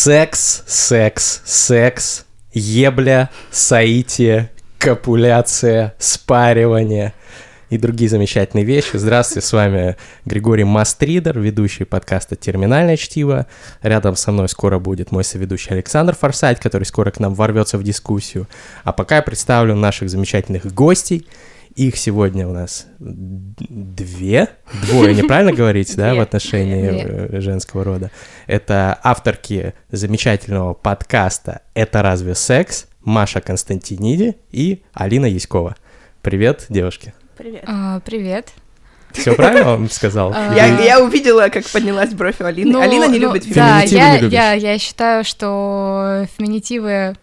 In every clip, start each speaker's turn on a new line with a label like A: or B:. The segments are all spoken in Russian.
A: Секс, секс, секс, ебля, соитие, копуляция, спаривание и другие замечательные вещи. Здравствуйте, с вами Григорий Мастридер, ведущий подкаста «Терминальное чтиво». Рядом со мной скоро будет мой соведущий Александр Форсайт, который скоро к нам ворвется в дискуссию. А пока я представлю наших замечательных гостей. Их сегодня у нас две, двое, неправильно говорить, да, в
B: Две.
A: отношении э, женского рода. Это авторки замечательного подкаста «Это разве секс?» Маша Константиниди и Алина Яськова. Привет, девушки.
C: Привет.
B: А, привет.
A: Все правильно вам сказал?
B: А,
C: Я, я увидела, как поднялась бровь у Алины.
B: Ну,
C: Алина не
B: ну,
C: любит фильмы.
B: Да,
A: Феминитивы
B: я,
A: не любишь?
B: я, я считаю, что феминитивы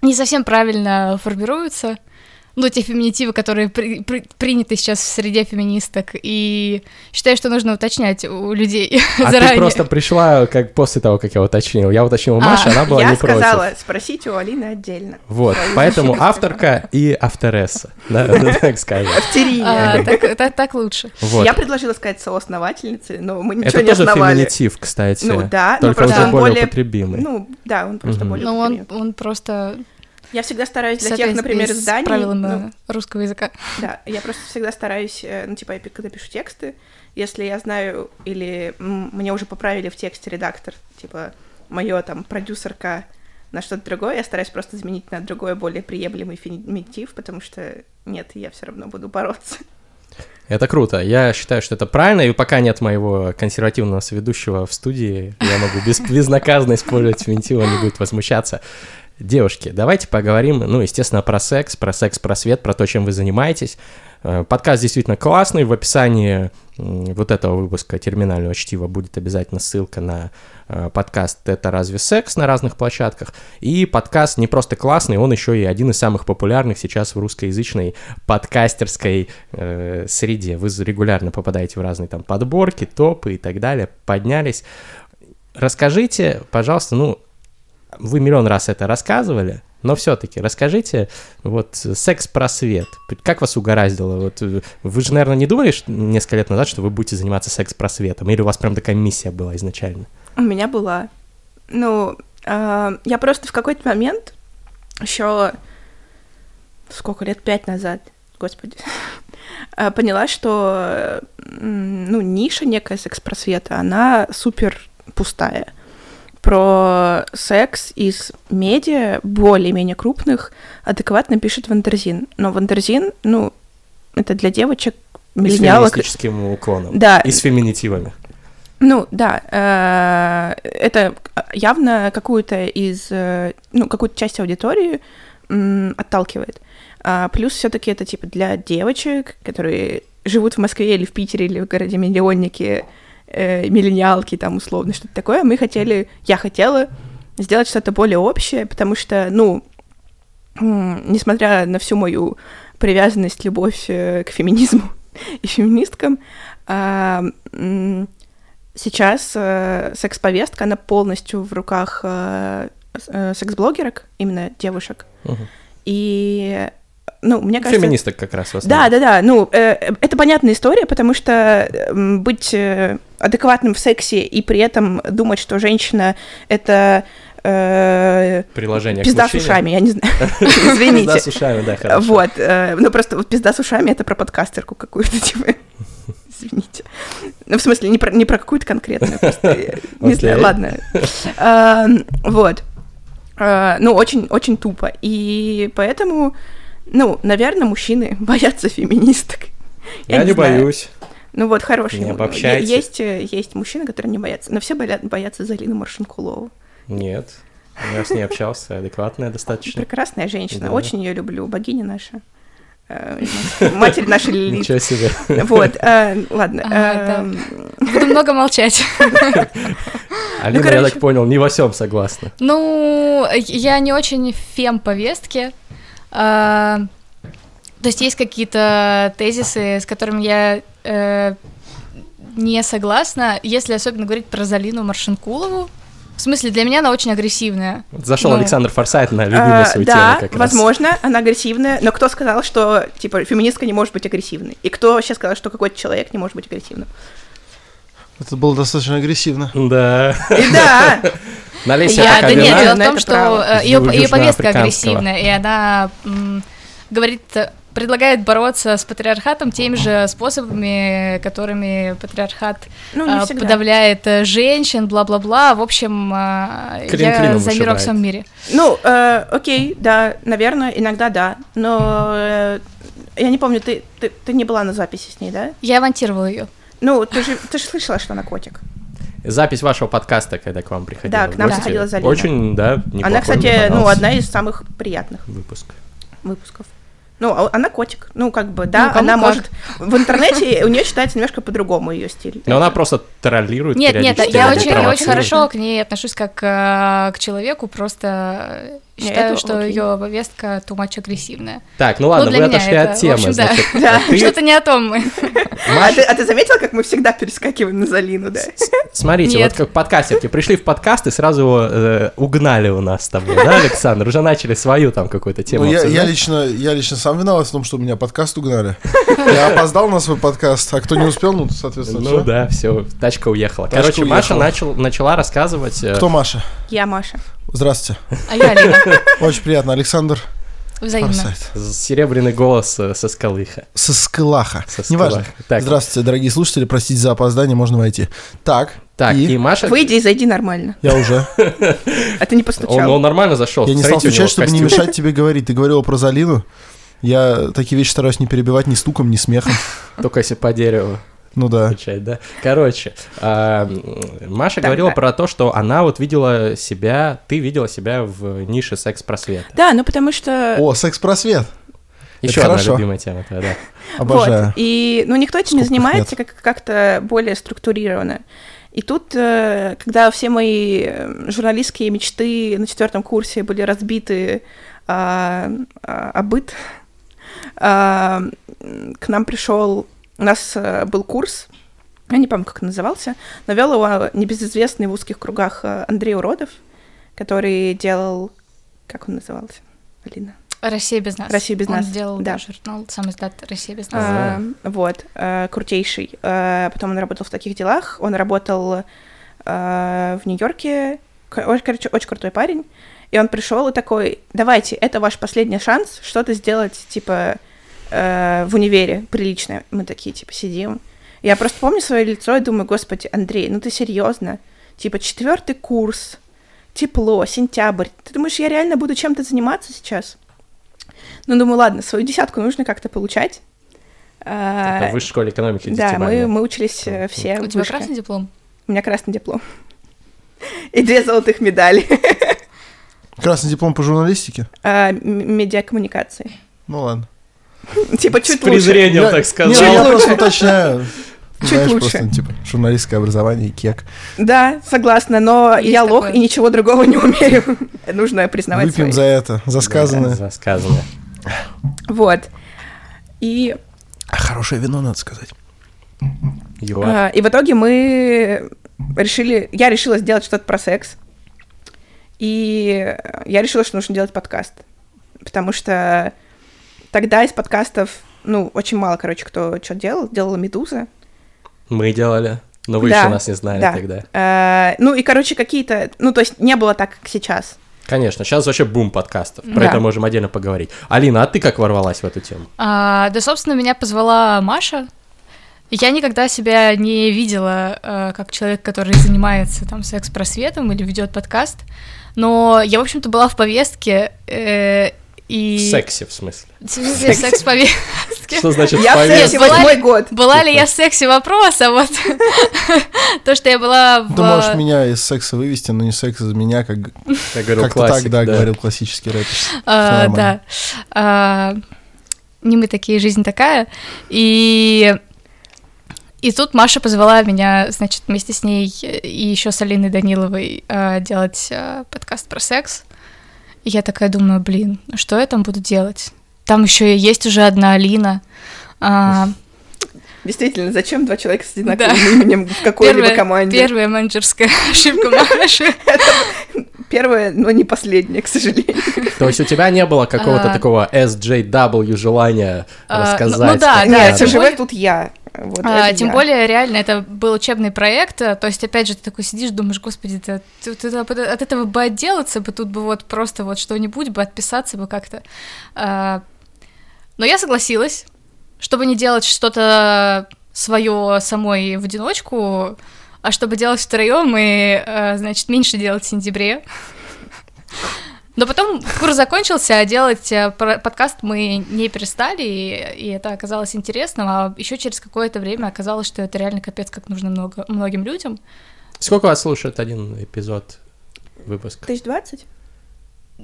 B: не совсем правильно формируются. Ну, те феминитивы, которые при- при- приняты сейчас в среде феминисток, и считаю, что нужно уточнять у людей
A: А ты
B: заранее.
A: просто пришла как после того, как я уточнил. Я уточнил у Маши,
B: А,
A: она была
C: Я
A: не
C: сказала,
A: против.
C: спросите у Алины отдельно.
A: Вот,
C: Твою
A: поэтому
C: защиту.
A: авторка и авторесса, да, так скажем.
C: Автерия.
B: А, так, так- так лучше.
A: Вот.
C: Я предложила сказать соосновательницы, но мы ничего
A: Это
C: не
A: тоже
C: основали.
A: феминитив, кстати,
C: Ну да, но
A: только
C: просто
A: уже
C: он
A: более
C: более-
A: употребимый.
C: Ну, да, он просто
A: Мгм.
C: более
B: Но Ну, он,
C: употребим.
B: он просто
C: Я всегда стараюсь
B: в
C: для тех, например,
B: соответствии с
C: изданий...
B: правилами
C: ну,
B: русского языка.
C: да, я просто всегда стараюсь, э, ну, типа, я пи- когда пишу тексты, если я знаю или м, мне уже поправили в тексте редактор, типа, мое там продюсерка на что-то другое, я стараюсь просто заменить на другой, более приемлемый феминитив, потому что нет, я все равно буду бороться.
A: Это круто. Я считаю, что это правильно, и пока нет моего консервативного соведущего в студии, я могу без- безнаказанно использовать феминитив, он не будет возмущаться. Девушки, давайте поговорим, ну, естественно, про секс, про секс, про свет, про то, чем вы занимаетесь. Э, Подкаст действительно классный. В описании м, вот этого выпуска терминального чтива будет обязательно ссылка на э, подкаст «Это разве секс» на разных площадках. И подкаст не просто классный, он еще и один из самых популярных сейчас в русскоязычной подкастерской э, среде. Вы регулярно попадаете в разные там подборки, топы и так далее, поднялись. Расскажите, пожалуйста, ну, вы миллион раз это рассказывали, но все-таки расскажите, вот, секс-просвет, как вас угораздило? Вот, э, вы же, наверное, не думали что- несколько лет назад, что вы будете заниматься секс-просветом, или у вас прям такая миссия была изначально?
C: У меня была. Ну, а, я просто в какой-то момент еще сколько лет пять назад, господи, а, поняла, что м, ну ниша некая секс-просвета, она супер пустая. Про секс из медиа более-менее крупных адекватно пишет Вандерзин, но Вандерзин, ну это для девочек
A: И с
C: миллениалок
A: феминистическим уклоном.
C: Да.
A: И с феминитивами.
C: Ну да, э, это явно какую-то из, э, ну, какую-то часть аудитории м, отталкивает. А Плюс все-таки это типа для девочек, которые живут в Москве или в Питере или в городе миллионники, э, миллениалки там условно, что-то такое. Мы хотели, я хотела сделать что-то более общее, потому что, ну, м, несмотря на всю мою привязанность, любовь э, к феминизму и феминисткам, а, м, сейчас э, секс-повестка, она полностью в руках э, с- э, секс-блогерок, именно девушек.
A: Мгм.
C: И, ну, мне кажется...
A: Феминисток как раз в
C: Да,
A: основном.
C: да, да. Ну, э, это понятная история, потому что м, быть э, адекватным в сексе и при этом думать, что женщина это э,
A: Приложение к
C: пизда с
A: мужчине.
C: ушами, я не знаю.
A: Пизда с
C: Извините.
A: ушами, да, хорошо.
C: Вот, э, ну просто вот пизда с ушами это про подкастерку какую-то, типа. Извините. Ну, в смысле, не про, не про какую-то конкретную, просто э, не
A: Окей.
C: знаю, ладно. А, Вот. А, Ну, очень-очень тупо. И поэтому, ну, наверное, мужчины боятся феминисток.
A: Я, не
C: знаю.
A: боюсь.
C: Ну вот, хороший.
A: Не
C: ну, е-
A: обобщайте.
C: Есть, э, есть мужчины, которые не боятся. Но все боля- боятся Залину Маршинкулову.
A: Нет. Я с ней общался, адекватная достаточно.
C: Прекрасная женщина,
A: Да.
C: очень ее люблю, богиня наша. Э, Матерь наша Лилит.
A: Ничего себе.
C: Вот, э, ладно.
B: Ага,
C: эм,
B: Буду много молчать.
A: Алина, я
C: короче.
A: так понял, не во всем согласна.
B: Ну, я не очень в фем-повестке. А, То есть есть какие-то тезисы, с которыми я э, не согласна, если особенно говорить про Залину Маршинкулову. В смысле, для меня она очень агрессивная.
A: Вот Зашел
B: Ну.
A: Александр Форсайт на любимую
C: э,
A: свою
C: да,
A: тему как раз.
C: возможно, она агрессивная, но кто сказал, что, типа, феминистка не может быть агрессивной? И кто вообще сказал, что какой-то человек не может быть агрессивным?
D: Это было достаточно агрессивно.
A: Да.
C: И да,
A: Налей себе
B: Я,
C: пока
B: да нет,
C: вина.
B: дело в
C: На
B: том,
C: это
B: что
C: право.
B: ее, ее повестка
A: Южноафриканского.
B: агрессивная, и она м, говорит, э, предлагает бороться с патриархатом теми же способами, которыми патриархат
C: Ну, не
B: а,
C: всегда.
B: подавляет э, женщин, бла-бла-бла. В общем, а,
A: Клин
B: я
A: клином
B: за мир во
A: вышибает.
B: всем мире.
C: Ну, э, окей, да, наверное, иногда да, но э, я не помню, ты, ты, ты не была на записи с ней, да?
B: Я авантировала ее.
C: Ну, ты же, ты же слышала, что она котик.
A: Запись вашего подкаста, когда к вам приходила.
C: Да, к нам
A: в гости.
C: приходила Залина.
A: Очень, да, неплохой,
C: она,
A: мне
C: кстати, ну,
A: понравился
C: одна из самых приятных
A: Выпуск.
C: выпусков. Ну, а она котик. Ну, как бы, да,
B: Ну, кому
C: она
B: как.
C: может. В интернете у нее считается немножко по-другому ее стиль.
A: Но она просто троллирует
B: Нет, нет,
A: периодически,
B: я
A: иногда
B: очень, я очень
A: провоцирует.
B: хорошо к ней отношусь как э, к человеку, просто э,
C: Не,
B: считаю,
C: это
B: что
C: окей.
B: ее повестка too much агрессивная.
A: Так, ну ладно,
B: для
A: вы
B: меня
A: отошли
B: это,
A: от
B: в
A: темы,
B: общем, да.
A: значит. А
C: Да.
A: Ты,
B: Что-то не о том мы.
C: А ты, а ты заметила, как мы всегда перескакиваем на Залину, да?
A: смотрите,
B: Нет.
A: вот как подкастерки пришли в подкаст и сразу его э, угнали у нас с тобой, да, Александр? Уже начали свою там какую-то тему
D: Ну, я, я
A: обсуждать.
D: лично, я лично сам виноват в том, что меня подкаст угнали. Я опоздал на свой подкаст, а кто не успел, ну, соответственно,
A: Ну
D: всё.
A: да, все, тачка уехала.
D: Тачка
A: Короче, Маша
D: уехала.
A: начал, начала рассказывать. э,
D: Кто Маша?
C: Я Маша.
D: Здравствуйте.
B: А я Алина.
D: Очень приятно. Александр
B: Взаимно.
D: Форсайт.
A: Серебряный голос э, со скалыха.
D: Со Скылаха.
A: Со Скылаха.
D: Неважно.
A: Так.
D: Здравствуйте, дорогие слушатели. Простите за опоздание, можно войти. Так.
A: Так, и,
D: и...
A: Маша...
C: Выйди и зайди нормально.
D: Я уже.
C: А ты не
A: Он,
C: постучал.
A: он нормально зашел.
D: Я не стал стучать, чтобы не мешать тебе говорить. Ты говорила про Залину. Я такие вещи стараюсь не перебивать ни стуком, ни смехом.
A: Только если по дереву.
D: Ну да.
A: отвечать, да? Короче, а, м, Маша
C: Да,
A: говорила
C: да.
A: про то, что она вот видела себя, ты видела себя в нише секс-просвета.
C: Да, ну потому
A: Э,
C: что...
D: О, секс-просвет. Это
A: Еще одна
D: хорошо.
A: любимая тема твоя, да.
D: Обожаю.
C: Вот. И, ну, никто этим не
D: Скупых
C: занимается как- как-то более структурированно. И тут, э, когда все мои э, журналистские мечты на четвертом курсе были разбиты а, а, о быт, а, м, к нам пришел, у нас э, был курс, я не помню, как он назывался, но вел его небезызвестный в узких кругах э, Андрей Уродов, который делал, как он назывался, Алина?
B: Россия без нас.
C: Россия без
B: Он
C: нас,
B: сделал
C: да.
B: да, журнал, сам издат Россия без нас.
C: А, Вот, э, крутейший. Э, Потом он работал в таких делах. Он работал э, в Нью-Йорке. Кор- ой, Короче, очень крутой парень. И он пришел и такой, давайте, это ваш последний шанс что-то сделать, типа, э, в универе прилично. Мы такие, типа, сидим. Я просто помню свое лицо и думаю, господи, Андрей, ну ты серьезно? Типа, четвертый курс, тепло, сентябрь. Ты думаешь, я реально буду чем-то заниматься сейчас? Ну, думаю, ладно, свою десятку нужно как-то получать. А,
A: Это в высшей школе экономики
C: да, мы,
A: десятибальная.
C: мы учились э, все.
B: У
C: в
B: тебя
C: вышке.
B: красный диплом?
C: У меня красный диплом. И две золотых медали
D: Красный диплом по журналистике?
C: А, м- медиакоммуникации.
D: Ну ладно.
C: Типа
A: С
C: чуть лучше.
A: презрением,
D: Я-
A: так
D: Не, ну,
A: сказал.
D: я просто уточняю.
C: Чуть
D: Знаешь,
C: лучше.
D: просто, ну, типа, журналистское образование и кек.
C: Да, согласна, но
B: Есть
C: я лох
B: такое.
C: и ничего другого не умею. Нужно признавать свои.
D: Выпьем за это, за сказанное.
A: За сказанное.
C: Вот. И,
D: А хорошее вино, надо сказать.
A: Юа.
C: а, и в итоге мы решили... Я решила сделать что-то про секс. И я решила, что нужно делать подкаст. Потому что тогда из подкастов, ну, очень мало, короче, кто что делал. Делала «Медуза».
A: Мы делали, но вы
C: Да,
A: еще нас не знали
C: да.
A: тогда.
C: Э, ну и, короче, какие-то... Ну, то есть не было так, как сейчас.
A: Конечно, сейчас вообще бум подкастов. Про
C: Да.
A: это можем отдельно поговорить. Алина, а ты как ворвалась в эту тему?
B: А, да, собственно, меня позвала Маша. Я никогда себя не видела э, как человек, который занимается там секс-просветом или ведет подкаст, но я, в общем-то, была в повестке э,
A: В
B: и...
A: сексе, в смысле.
B: В смысле, в секс-повестке.
A: Что значит
C: Я в
A: повесть?
C: сексе
B: Была
C: восьмой
B: ли-
C: год.
B: Была ли я в сексе вопрос, а вот то, что я была
D: Ты можешь
B: в...
D: меня из секса вывести, но не секс из меня, как
A: Я говорил
D: как-то так,
A: классик,
D: да,
A: да.
D: говорил классический рэп.
B: а,
D: Нормально.
B: Да. А, Не мы такие, жизнь такая. И... И тут Маша позвала меня, значит, вместе с ней и еще с Алиной Даниловой а, делать а, подкаст про секс. И я такая думаю, блин, ну что я там буду делать? Там еще и есть уже одна Алина. А,
C: Действительно, зачем два человека с одинаковым
B: Да.
C: именем в какой-либо
B: первая-
C: команде?
B: Первая менеджерская ошибка Маши.
C: Первое, но не последнее, к сожалению.
A: То есть у тебя не было какого-то
B: А.
A: такого SJW желания
B: А, ну-
A: рассказать?
B: ну да,
A: как
B: да,
A: надо?
C: Нет,
B: тем
C: живой
B: более-
C: тут я. Э, Вот
B: А,
C: это
B: тем
C: я.
B: более, реально, это был учебный проект, э, то есть, опять же, ты такой сидишь, думаешь, господи, да тут это- от этого бы отделаться бы, тут бы вот просто вот что-нибудь бы, отписаться бы как-то. А, Но я согласилась, чтобы не делать что-то свое самой в одиночку, а чтобы делать втроем и, э, значит, меньше делать в сентябре. Но потом курс закончился, а делать э, про- подкаст мы не перестали, и, и это оказалось интересным, а еще через какое-то время оказалось, что это реально капец, как нужно много, многим людям.
A: Сколько вас слушает один эпизод выпуска?
C: Тысяч двадцать?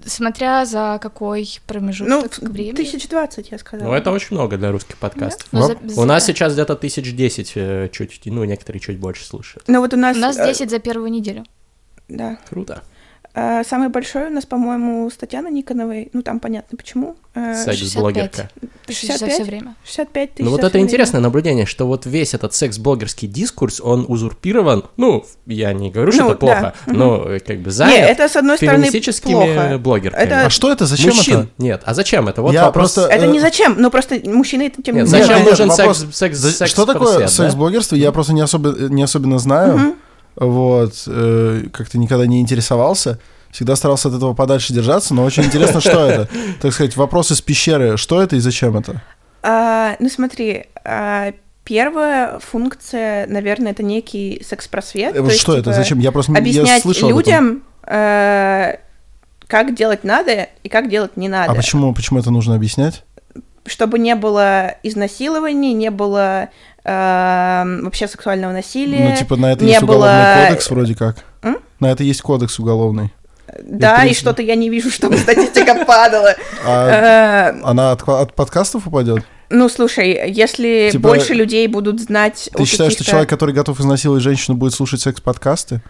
B: Смотря за какой
C: Ну,
B: промежуток времени.
C: тысяч двадцать, я сказала.
A: Ну, это очень много для русских подкастов.
B: Ну, за-
A: У
B: за-
A: нас сейчас где-то тысяч десять э, чуть, ну, некоторые чуть больше слушают.
C: Ну вот у
B: У
C: нас...
B: нас
C: э,
B: 10 за первую неделю.
C: Да.
A: Круто.
C: Э, Самый большой у нас, по-моему, с Татьяной Никоновой. Ну, там понятно почему. Э,
A: Секс-блогерка.
B: 65 за все
C: 65?
B: время.
C: 65 тысяч.
A: Ну вот
C: за
A: это
C: всё
A: интересное наблюдение, что вот весь этот секс-блогерский дискурс, он узурпирован, ну, я не говорю, что
C: Ну,
A: это плохо,
C: да, мгм.
A: но э, как бы
C: время. Не,
A: занят
C: это с одной стороны
A: феминистическими
C: плохо.
A: блогерками.
C: Это-
D: А что это? Зачем
A: Мужчин
D: это?
A: нет, а зачем это? Вот
D: Я
A: вопрос.
D: просто-
C: Это
D: Э,
C: не зачем, но просто мужчины это тем
A: Нет,
C: не
A: зачем
D: Нет, нет,
A: нужен
D: вопрос-
A: секс, секс,
D: За-
A: секс
D: что такое
A: процесс, да?
D: секс-блогерство? Я просто не особо, не особенно знаю. Вот, э, как-то никогда не интересовался. Всегда старался от этого подальше держаться, но очень интересно, что это. Так сказать, вопрос из пещеры. Что это и зачем это?
C: А, ну смотри, а, первая функция, наверное, это некий секс-просвет.
D: Э,
C: то
D: вот
C: есть,
D: Что это?
C: типа,
D: Зачем? Я просто не я
C: Объяснять
D: слышал об этом.
C: людям, э, как делать надо и как делать не надо.
D: А почему, почему это нужно объяснять?
C: Чтобы не было изнасилований, не было эм, вообще сексуального насилия.
D: Ну, типа, на это
C: не
D: есть уголовный
C: было-
D: кодекс вроде как.
C: М?
D: На это есть кодекс уголовный.
C: да, и
D: интересно.
C: что-то я не вижу, чтобы статистика падала.
D: А
C: Э,
D: она от, от подкастов упадет?
C: Ну, слушай, если
D: Типа,
C: больше людей будут знать...
D: Ты
C: о
D: считаешь, что
C: каких-то-
D: человек, который готов изнасиловать женщину, будет слушать секс-подкасты?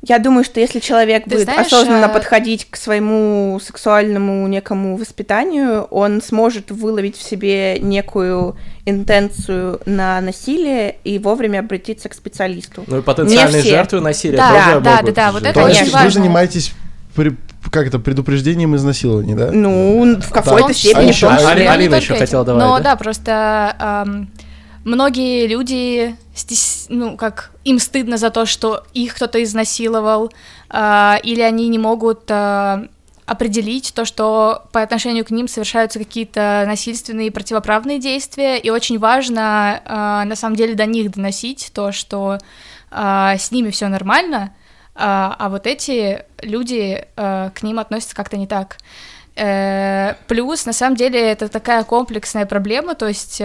C: Я думаю, что если человек
B: Ты
C: будет
B: знаешь,
C: осознанно
B: а-
C: подходить к своему сексуальному некому воспитанию, он сможет выловить в себе некую интенцию на насилие и вовремя обратиться к специалисту.
A: Ну и потенциальные
C: все.
A: жертвы насилия
B: Да,
A: тоже
B: да,
A: могут
B: да, да,
A: же-
B: вот это
D: То
C: очень
D: есть вы
B: важно.
D: занимаетесь при- как это, предупреждением изнасилований, да?
C: Ну, в
B: В том
C: какой-то
B: числе.
D: А
C: степени.
D: ещё-
C: в том
D: а-
C: числе.
A: Али-
B: Но не
A: Алина
B: только
A: ещё
B: этим.
A: хотела добавить,
B: Но
A: да?
B: да, просто ам, многие люди, стес- ну, как им стыдно за то, что их кто-то изнасиловал, а, или они не могут а, определить то, что по отношению к ним совершаются какие-то насильственные и противоправные действия, и очень важно а, на самом деле до них доносить то, что а, с ними все нормально, а, а вот эти люди а, к ним относятся как-то не так. Э, Плюс, на самом деле, это такая комплексная проблема, то есть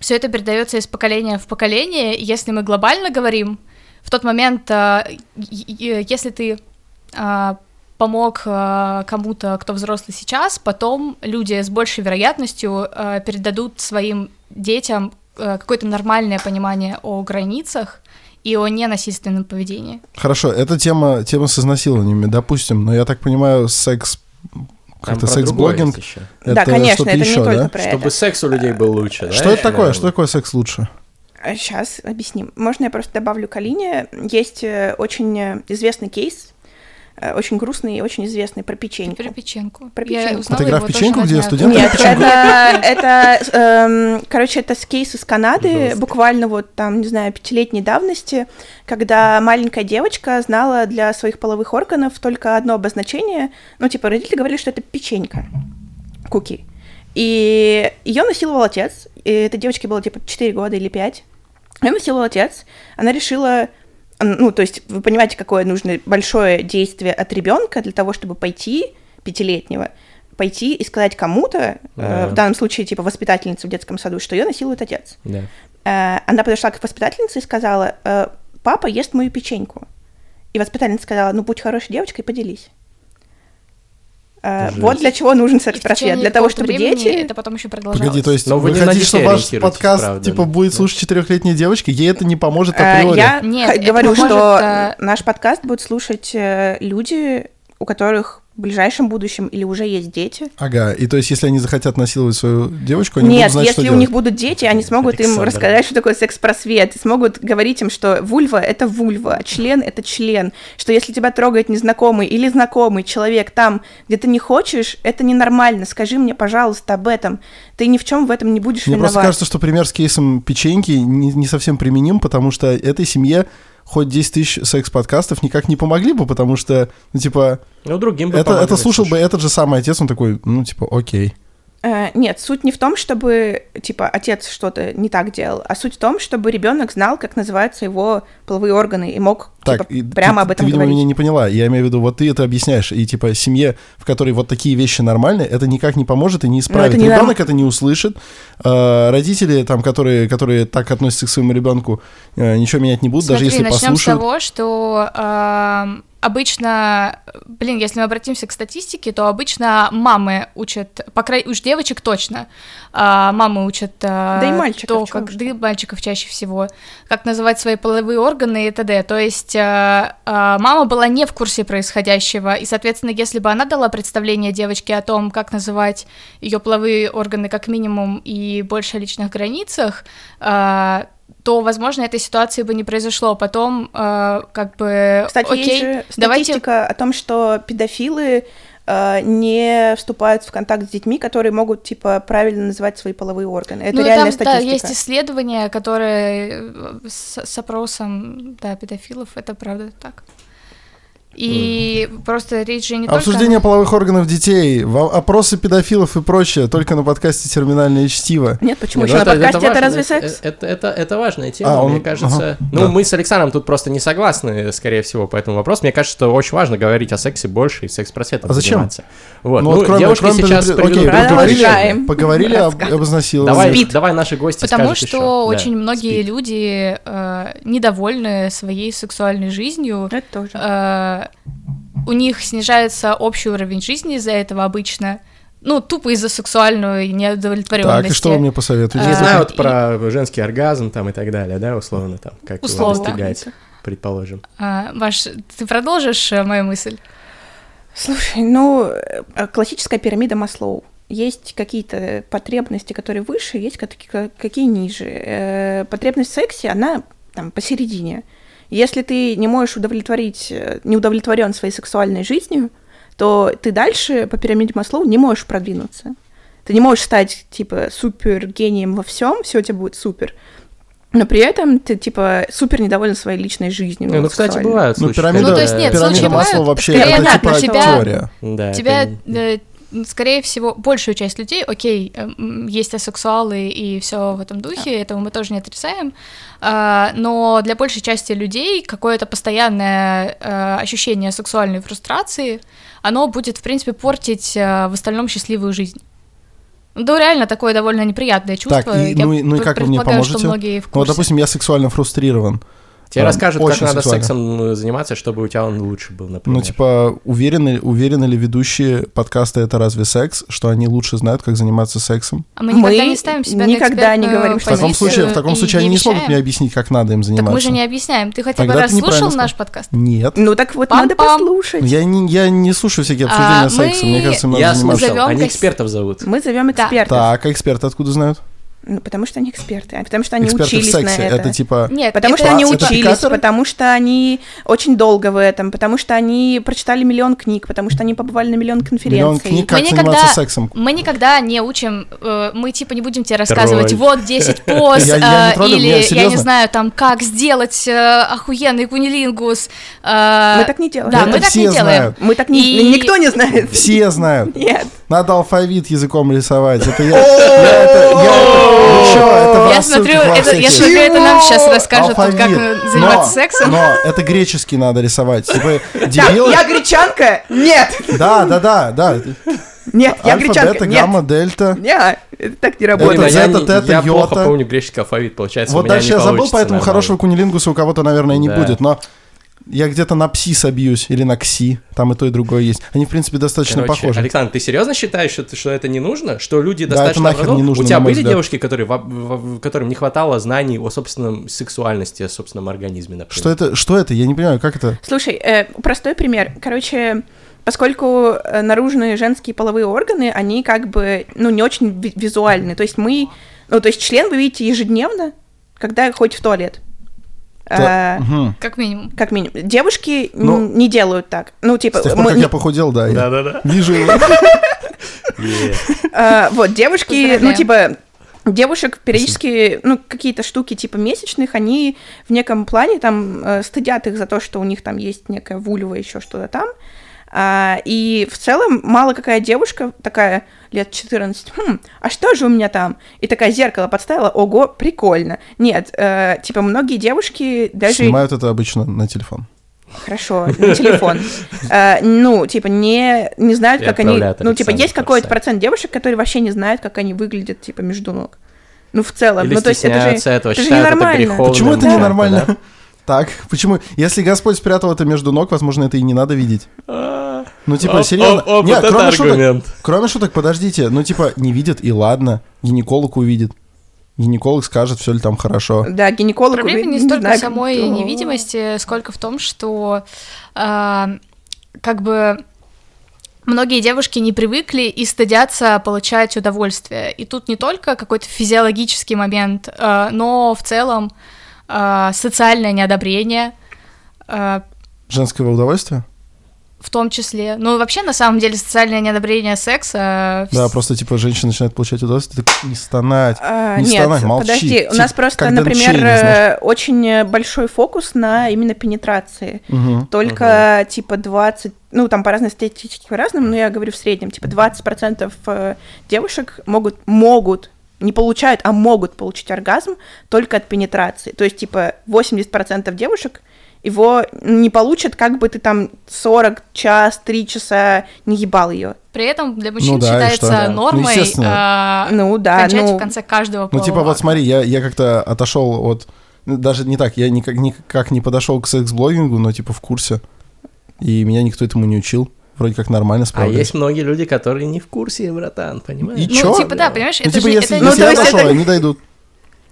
B: все это передается из поколения в поколение. И Если мы глобально говорим, в тот момент, э, е- е- если ты а, помог а, кому-то, кто взрослый сейчас, потом люди с большей вероятностью а, передадут своим детям а, какое-то нормальное понимание о границах и о ненасильственном поведении.
D: Хорошо, это тема, тема с изнасилованиями, допустим, но я так понимаю, секс...
A: Там
D: Как-то
A: про другое
D: секс-блогинг,
A: есть ещё.
C: Да, конечно,
D: что-то
C: это
D: еще,
C: не только
D: да?
C: про
A: Чтобы
C: это.
A: секс у людей был лучше, да?
D: Что это
A: ещё,
D: такое? Что
A: наверное?
D: такое секс лучше?
C: Сейчас объясним. Можно я просто добавлю к Алине? Есть э, очень э, известный кейс, э, очень грустный и очень известный про печеньку.
B: Про печенку.
C: Про
B: Я
C: печенку.
B: узнала
D: Это игра
B: его
D: в
B: тоже
D: печеньку,
B: на
D: где
B: днях.
D: студент-
C: Нет,
D: Почему?
C: это, это эм, короче, это с кейс из Канады,
A: Пожалуйста.
C: буквально вот там, не знаю, пятилетней давности, когда маленькая девочка знала для своих половых органов только одно обозначение, ну, типа, родители говорили, что это печенька, куки. И ее насиловал отец, и этой девочке было, типа, 4 года или 5. Ее насиловал отец, она решила, м, ну, то есть, вы понимаете, какое нужно большое действие от ребенка для того, чтобы пойти, пятилетнего, пойти и сказать кому-то,
A: Да.
C: э, в данном случае, типа, воспитательнице в детском саду, что ее насилует отец.
A: Да.
C: Э, она подошла к воспитательнице и сказала, «Э, папа ест мою печеньку. И воспитательница сказала, ну, будь хорошей девочкой, поделись. Э,
A: Жесть.
C: вот для чего нужен
B: И в
C: секс-просвет.
B: течение
C: а Для того,
B: какого-то
C: чтобы
B: времени
C: дети...
B: Это потом еще продолжалось.
D: Погоди, то есть
A: Но вы
D: вы
A: не на
D: хотите, чтобы
A: детей
D: ваш
A: ориентируетесь,
D: подкаст
A: правда,
D: типа
A: ну,
D: будет
A: да.
D: слушать четырехлетняя девочка, ей это не поможет
C: Э,
D: априори.
C: Я
B: Нет,
C: х-
B: это
C: говорю,
B: поможет,
C: что
B: э,
C: наш подкаст будут слушать э, люди, у которых в ближайшем будущем или уже есть дети.
D: Ага, и то есть, если они захотят насиловать свою девочку, они
C: Нет,
D: будут знать,
C: если
D: что
C: у
D: делать.
C: них будут дети, они смогут им
A: Александр.
C: рассказать, что такое секс-просвет, и смогут говорить им, что вульва — это вульва, а член — это член, что если тебя трогает незнакомый или знакомый человек там, где ты не хочешь, это ненормально, скажи мне, пожалуйста, об этом. Ты ни в чем в этом не будешь
D: Мне
C: виноват.
D: просто кажется, что пример с кейсом печеньки не, не совсем применим, потому что этой семье хоть 10 тысяч секс-подкастов никак не помогли бы, потому что, ну, типа,
A: Ну, другим бы
D: это,
A: помогли,
D: это слушал бы
A: слушай.
D: этот же самый отец, он такой, ну, типа, окей.
C: Э, Нет, суть не в том, чтобы, типа, отец что-то не так делал, а суть в том, чтобы ребенок знал, как называются его половые органы, и мог
D: Так,
C: типа,
D: и ты-
C: прямо об
D: ты,
C: этом
D: видимо,
C: говорить.
D: меня не поняла. Я имею в виду, вот ты это объясняешь, и, типа, семье, в которой вот такие вещи нормальные, это никак не поможет и не исправит.
C: не норм-
D: Ребенок это не услышит. Э, родители, там, которые, которые так относятся к своему ребенку, э, ничего менять не будут, даже
B: Смотри,
D: если
B: начнем
D: послушают.
B: с того, что эм, обычно, блин, если мы обратимся к статистике, то обычно мамы учат, по крайней уж девочек точно, а, мамы учат. э,
C: Да и мальчиков,
B: То,
C: чего
B: как,
C: уж.
B: да и мальчиков чаще всего, как называть свои половые органы и т.д. То есть э, э, мама была не в курсе происходящего, и, соответственно, если бы она дала представление девочке о том, как называть ее половые органы как минимум и больше о личных границах, э, то, возможно, этой ситуации бы не произошло. Потом, э, как бы,
C: Кстати,
B: окей,
C: есть же
B: давайте...
C: статистика о том, что педофилы э, не вступают в контакт с детьми, которые могут, типа, правильно называть свои половые органы. Это
B: Ну,
C: реальная
B: там, да,
C: статистика.
B: есть исследования, которые э, с, с опросом, да, педофилов, это правда так. И просто речь же не
D: Обсуждение
B: только...
D: половых органов детей, во- опросы педофилов и прочее, только на подкасте «Терминальное чтиво».
C: Нет, почему?
A: Не,
C: Еще
A: ну
C: на а подкасте это,
A: важная-
C: разве секс?
A: э- Это, это, это важная тема,
D: А, он-
A: мне кажется.
D: ага,
A: ну,
D: да.
A: мы с Александром тут просто не согласны, скорее всего, по этому вопросу. Мне кажется, что очень важно говорить о сексе больше и секс-просветом
D: А зачем?
A: заниматься. Вот. Ну,
D: вот
A: девушки
D: предупре-
A: сейчас
D: Окей,
A: приведут
C: Продолжаем.
A: другой пример.
D: поговорили, поговорили об, об изнасиловании.
A: Давай,
C: Спит.
A: давай наши гости
B: Потому
A: скажут
B: что
A: еще. Да,
B: очень многие
A: спит.
B: люди э, недовольны своей сексуальной жизнью,
C: Это тоже.
B: Э, у них снижается общий уровень жизни из-за этого обычно. Ну, тупо из-за сексуальной неудовлетворенности.
D: Так, и что вы мне посоветуете?
A: Не
B: А,
A: знают
B: и-
A: про женский оргазм там и так далее, да, условно там, как его
B: Условно.
A: достигать, предположим.
B: А, Маш, ты продолжишь э, мою мысль?
C: Слушай, ну, э, классическая пирамида Маслоу. Есть какие-то потребности, которые выше, есть какие, какие ниже. Э, Потребность в сексе, она там посередине. Если ты не можешь удовлетворить, э, не удовлетворен своей сексуальной жизнью, то ты дальше по пирамиде Маслоу не можешь продвинуться. Ты не можешь стать, типа, супер гением во всем, все у тебя будет супер. Но при этом ты, типа, супер недоволен своей личной жизнью.
A: Ну, кстати,
C: сексуальной.
A: бывают
D: Ну,
A: случаи,
D: пирамида,
A: когда-
B: Ну, то есть нет,
D: пирамида
B: случаи
D: масла
B: бывают.
D: вообще,
B: Скорее
D: это
B: так,
D: типа
B: но тебя-
D: теория.
A: Да,
B: Тебя,
A: это-
B: э, скорее всего, большую часть людей, окей, э, м, есть асексуалы и все в этом духе, этого мы тоже не отрицаем, а, но для большей части людей какое-то постоянное э, ощущение сексуальной фрустрации, оно будет, в принципе, портить э, в остальном счастливую жизнь. Ну, Да, реально такое довольно неприятное чувство.
D: Так, и-
B: Я
D: ну и- ну и
B: пр-
D: как вы мне
B: предполагаю, что
D: поможете?
B: многие в
D: Ну, вот,
B: курсе.
D: допустим, я сексуально фрустрирован.
A: Тебе
D: Да,
A: расскажут, как
D: очень
A: надо
D: сексуально.
A: сексом э, заниматься, чтобы у тебя он лучше был, например.
D: Ну, типа, уверены, уверены ли ведущие подкаста «Это разве секс», что они лучше знают, как заниматься сексом?
B: А мы
C: Мы
B: никогда не ставим себя на
C: никогда не
B: экспертную
C: говорим, что
D: В таком
B: позицию
D: случае, в таком
B: и
D: случае они не смогут
B: вещаем.
D: мне объяснить, как надо им
B: Так
D: заниматься.
B: мы же не объясняем. Ты хотя
D: Тогда
B: бы
D: ты
B: раз
D: неправильно
B: слушал
D: сказал.
B: наш подкаст?
D: Нет.
C: Ну, так вот, надо
B: Пам-пам.
C: послушать.
D: Я не, я не слушаю всякие обсуждения
B: А,
D: секса,
B: мы-
D: мне кажется, им надо
A: Я
D: заниматься.
A: слышал,
B: Зовём
A: они
B: гостей.
A: экспертов зовут.
C: Мы зовем
B: Да.
C: экспертов.
D: Так, а эксперты откуда знают?
C: Ну, потому что они эксперты, а потому что они
D: эксперты в
C: учились
D: сексе,
C: на это.
D: типа...
B: Нет,
C: Потому что
B: это-
C: они
D: это
C: учились,
D: пикаторы?
C: потому что они очень долго в этом, потому что они прочитали миллион книг, потому что они побывали на миллион
D: Миллион
C: конференций.
D: книг, как
B: Мы никогда-
D: заниматься сексом.
B: Мы никогда не учим, э, мы типа не будем тебе рассказывать,
A: Тролль.
B: вот 10 поз,
D: Я- я не
B: э,
D: троллю,
B: или,
D: я
B: я не
D: серьезно.
B: знаю, там, как сделать э, охуенный кунилингус. э,
C: Мы так не делаем.
B: Да,
D: Это
B: мы так не
D: все
B: делаем.
D: знают.
C: Мы так не...
B: И-
C: Никто не знает.
D: Все знают.
C: Нет.
D: Надо алфавит языком рисовать. Это я. я это- я это- вы чё, это в
B: Я
D: рассылках
B: смотрю,
D: во
B: это,
D: всяких.
B: я смотрю, это нам сейчас расскажут, тут,
D: Алфавит.
B: как э,
D: Но-
B: заниматься сексом.
D: Но это греческий надо рисовать. Типа
C: Так,
D: дебилы.
C: я гречанка? Нет.
D: Да, да, да, да.
C: Нет, я
D: Альфа,
C: гречанка.
D: бета,
C: Нет.
D: гамма, дельта.
C: Не, это так не
A: Блин, а
C: работает.
A: я,
D: зета,
A: не-
D: тета,
A: я плохо
D: йота.
A: помню греческий алфавит, получается,
D: Вот
A: у меня
D: дальше
A: не
D: я забыл,
A: получится
D: поэтому
A: нормально.
D: хорошего кунилингуса у кого-то, наверное, не
A: Да.
D: будет. Но я где-то на пси собьюсь или на кси. Там и то, и другое есть. Они, в принципе, достаточно
A: Короче,
D: похожи.
A: Александр, ты серьезно считаешь, что, ты- что это не нужно? Что люди
D: Да, это
A: достаточно
D: нахер
A: образованы?
D: не нужно,
A: У тебя
D: на мой
A: были
D: взгляд.
A: девушки, которые, во- во- которым не хватало знаний о собственном сексуальности, о собственном организме, например?
D: Что это? Что это? Я не понимаю, как это?
C: Слушай, э, простой пример. Короче, поскольку э, наружные женские половые органы, они как бы, ну, не очень ви- визуальны. То есть мы, ну, то есть член вы видите ежедневно, когда ходите в туалет.
D: Да,
C: Э,
D: мгм.
B: Как минимум.
C: Как минимум. Девушки н-
D: Ну,
C: не делают так. Ну, типа,
D: С
B: Э,
D: тех
C: мы
D: пор, как
C: не-
D: я похудел, да, я
A: Да-да-да.
D: вижу его.
C: А, вот, девушки, ну,
B: Поздравляю.
C: типа, девушек периодически, ну, какие-то штуки типа месячных, они в неком плане там э, стыдят их за то, что у них там есть некая вульва, еще что-то там. А, и в целом мало какая девушка такая лет 14, «Хм, а что же у меня там? И такая зеркало подставила, ого, прикольно. Нет, э, типа многие девушки даже...
D: Снимают это обычно на телефон.
C: Хорошо, на телефон. Э, Ну, типа, не, не знают,
A: И
C: как они...
A: отправляют
C: Ну, типа,
A: Александру
C: есть какой-то
A: Форсайт.
C: процент девушек, которые вообще не знают, как они выглядят, типа, между ног. Ну, в целом.
A: Или
C: Ну, то есть это же...
A: стесняются этого,
C: это же
A: считают это
C: ненормально.
A: греховным.
D: Почему это
A: чем-то, да?
D: ненормально? Так, почему? Если Господь спрятал это между ног, возможно, это и не надо видеть. Ну, типа,
A: О,
D: серьезно.
A: о, о,
D: Не,
A: вот это
D: кроме шуток,
A: аргумент.
D: Кроме шуток, подождите, ну типа не видит и ладно, гинеколог увидит. Гинеколог скажет, все ли там хорошо.
C: Да, гинеколог...
B: Проблема не
C: увидит,
B: столько
C: знаю,
B: самой
C: кто.
B: невидимости, сколько в том, что а, как бы многие девушки не привыкли и стыдятся получать удовольствие. И тут не только какой-то физиологический момент, а, но в целом а, социальное неодобрение. а,
D: Женского удовольствия?
B: в том числе. Ну, вообще, на самом деле, социальное неодобрение секса... а,
D: Да, просто типа женщина начинает получать удовольствие, так не стонать.
C: А,
D: Не
C: Нет,
D: вставай, молчи.
C: подожди, у
D: Типа,
C: нас просто,
D: как Дэн
C: например,
D: Чейни, знаешь.
C: э, очень э, большой фокус на именно пенетрации.
D: Мгм.
C: Только, типа, 20, ну, там по разной статистике по-разному, но я говорю в среднем, типа, 20% э, девушек могут, могут, не получают, а могут получить оргазм только от пенетрации. То есть, типа, 80% девушек его не получат, как бы ты там 40, час, 3 часа не ебал ее.
B: При этом для мужчин
D: Ну да, и
B: считается
D: что? Да. Ну,
B: нормой
D: естественно.
B: а,
C: Ну, да,
B: кончать
C: ну-
B: в конце каждого
D: Ну, типа,
B: полового
D: вот смотри, я, я как-то отошел от. ну, Даже не так, я никак, никак не подошел к секс-блогингу, но типа в курсе. И меня никто этому не учил. Вроде как нормально
A: А
D: справились.
A: есть многие люди, которые не в курсе, братан, понимаешь?
D: И
B: Ну,
D: чё?
B: типа, да, понимаешь,
D: Ну,
B: это же...
D: типа, если,
B: это
C: Ну,
D: если
B: не-
C: то
D: я
C: есть
D: дошел,
C: это-
D: они дойдут.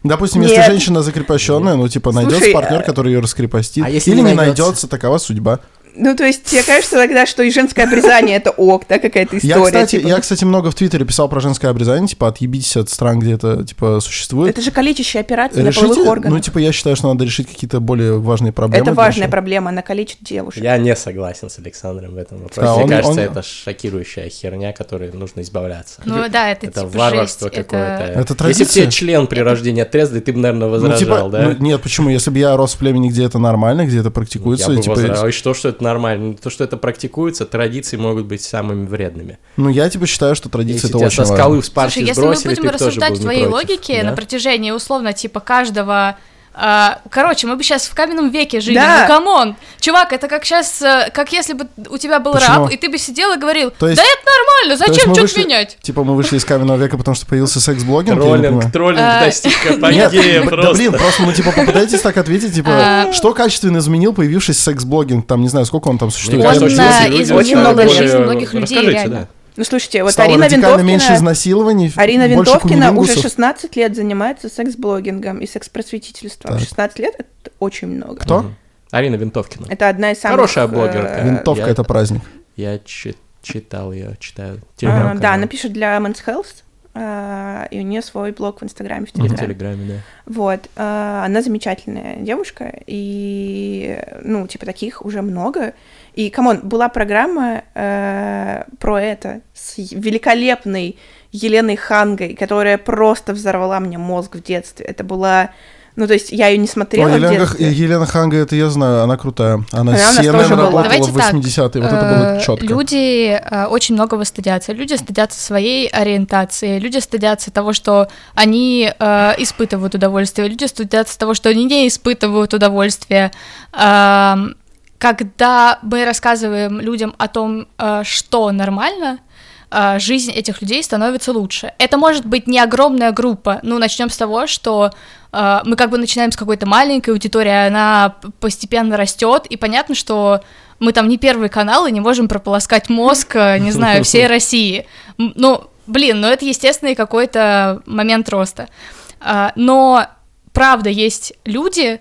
D: Допустим,
C: Нет.
D: если женщина закрепощенная, ну, типа, найдется
C: Слушай,
D: партнер,
C: а-
D: который ее раскрепостит.
A: А если
D: или
A: не
D: не
A: найдётся?
D: найдется, такова судьба.
C: Ну, то есть, тебе кажется тогда, что и женское обрезание — это ок, да, какая-то история.
D: я, кстати,
C: типа.
D: я, кстати, много в Твиттере писал про женское обрезание, типа, отъебитесь от стран, где это, типа, существует.
C: Это же калечащая операция для
D: Решите,
C: половых органов.
D: ну, типа, я считаю, что надо решить какие-то более важные проблемы.
C: это важная
D: короче.
C: проблема, она калечит девушек.
A: Я не согласен с Александром в этом вопросе.
D: Да,
A: Мне
D: он-
A: кажется,
D: он-
A: это шокирующая херня, которой нужно избавляться.
B: Ну, да, это,
A: это
B: типа
A: варварство
B: жесть,
A: какое-то.
B: это-
D: Это
A: Если бы
D: традиция.
A: тебе член при рождении отрезали, ты бы, наверное,
D: Ну, типа,
A: возражал, да?
D: ну, нет, почему? Если бы я рос в племени, где это нормально, где это
A: Я
D: практикуется,
A: бы
D: и, типа,
A: возражал. И что, что это нормально? То, что это практикуется, традиции могут быть самыми вредными.
D: ну, я, типа, считаю, что традиция
A: Если
D: это
A: тебя
D: очень
A: со
D: важно.
A: скалы в спарте
B: Слушай, если мы
A: сбросили, ты
B: будем
A: бы тоже был
B: рассуждать
A: не
B: в твоей
A: против,
B: логике
A: да?
B: на протяжении, условно, типа, каждого... а, Короче, мы бы сейчас в каменном веке жили.
C: Да.
B: Ну камон, чувак, это как сейчас, как если бы у тебя был
D: Почему?
B: раб, и ты бы сидел и говорил,
D: То есть-
B: да это нормально,
D: То есть
B: зачем
D: мы
B: что-то
D: вышли-
B: менять?
D: Типа, мы вышли из каменного века, потому что появился секс-блогинг. я не понимаю.
A: Троллинг, троллинг
B: А,
A: достиг
D: Нет,
A: апогея
D: б- да,
A: просто.
D: блин, просто, ну, типа, попытайтесь так ответить, типа,
B: А.
D: что качественно изменил появивший секс-блогинг, там, не знаю, сколько он там существует.
B: Мне кажется,
D: Я
B: Он,
D: не
A: очень
D: знаю.
A: многие люди
B: э, изменил
A: очень
C: много
A: более-
B: жизнь многих людей,
A: Расскажите,
B: реально.
A: да.
C: Ну, слушайте, вот
D: Стало
C: Арина
D: радикально
C: Винтовкина...
D: меньше изнасилований,
C: Арина
D: больше
C: Винтовкина уже
D: кунилингусов.
C: 16 лет занимается секс-блогингом и секс-просветительством.
D: Так.
C: 16 лет — это очень много.
D: Кто?
A: Мгм. Арина Винтовкина.
C: Это одна из самых...
A: Хорошая
C: э,
A: блогерка.
D: Винтовка —
A: Я-
D: это праздник.
A: Я чи- читал ее, читаю.
C: а,
A: Телеграм-канал.
C: Да, она пишет для Men's Health, а, и у нее свой блог в Инстаграме, в
A: И в
C: Телеграме.
A: Телеграме,
C: Вот, а, она замечательная девушка, и, ну, типа, таких уже много. И, камон, была программа э, про это с великолепной Еленой Хангой, которая просто взорвала мне мозг в детстве. Это была... Ну, то есть я ее не
D: О,
C: смотрела в
D: Елена, Гах-
C: детстве.
D: Елена Ханга, это я знаю, она крутая.
C: Она
D: Она,
C: у нас
D: с CNN
C: тоже была.
D: работала
B: Давайте
D: в
B: так,
D: 80-е, вот это было
B: Э,
D: четко.
B: Люди э, очень многого стыдятся. Люди стыдятся своей ориентации, люди стыдятся того, что они э, испытывают удовольствие, люди стыдятся того, что они не испытывают удовольствие. Эм, Когда мы рассказываем людям о том, э, что нормально, э, жизнь этих людей становится лучше. Это может быть не огромная группа. Ну, начнем с того, что э, мы как бы начинаем с какой-то маленькой аудитории, а она п- постепенно растет, и понятно, что мы там не первый канал и не можем прополоскать мозг, э, не знаю, всей России. М, Ну, блин, ну это естественный какой-то момент роста. А, Но правда есть люди, э,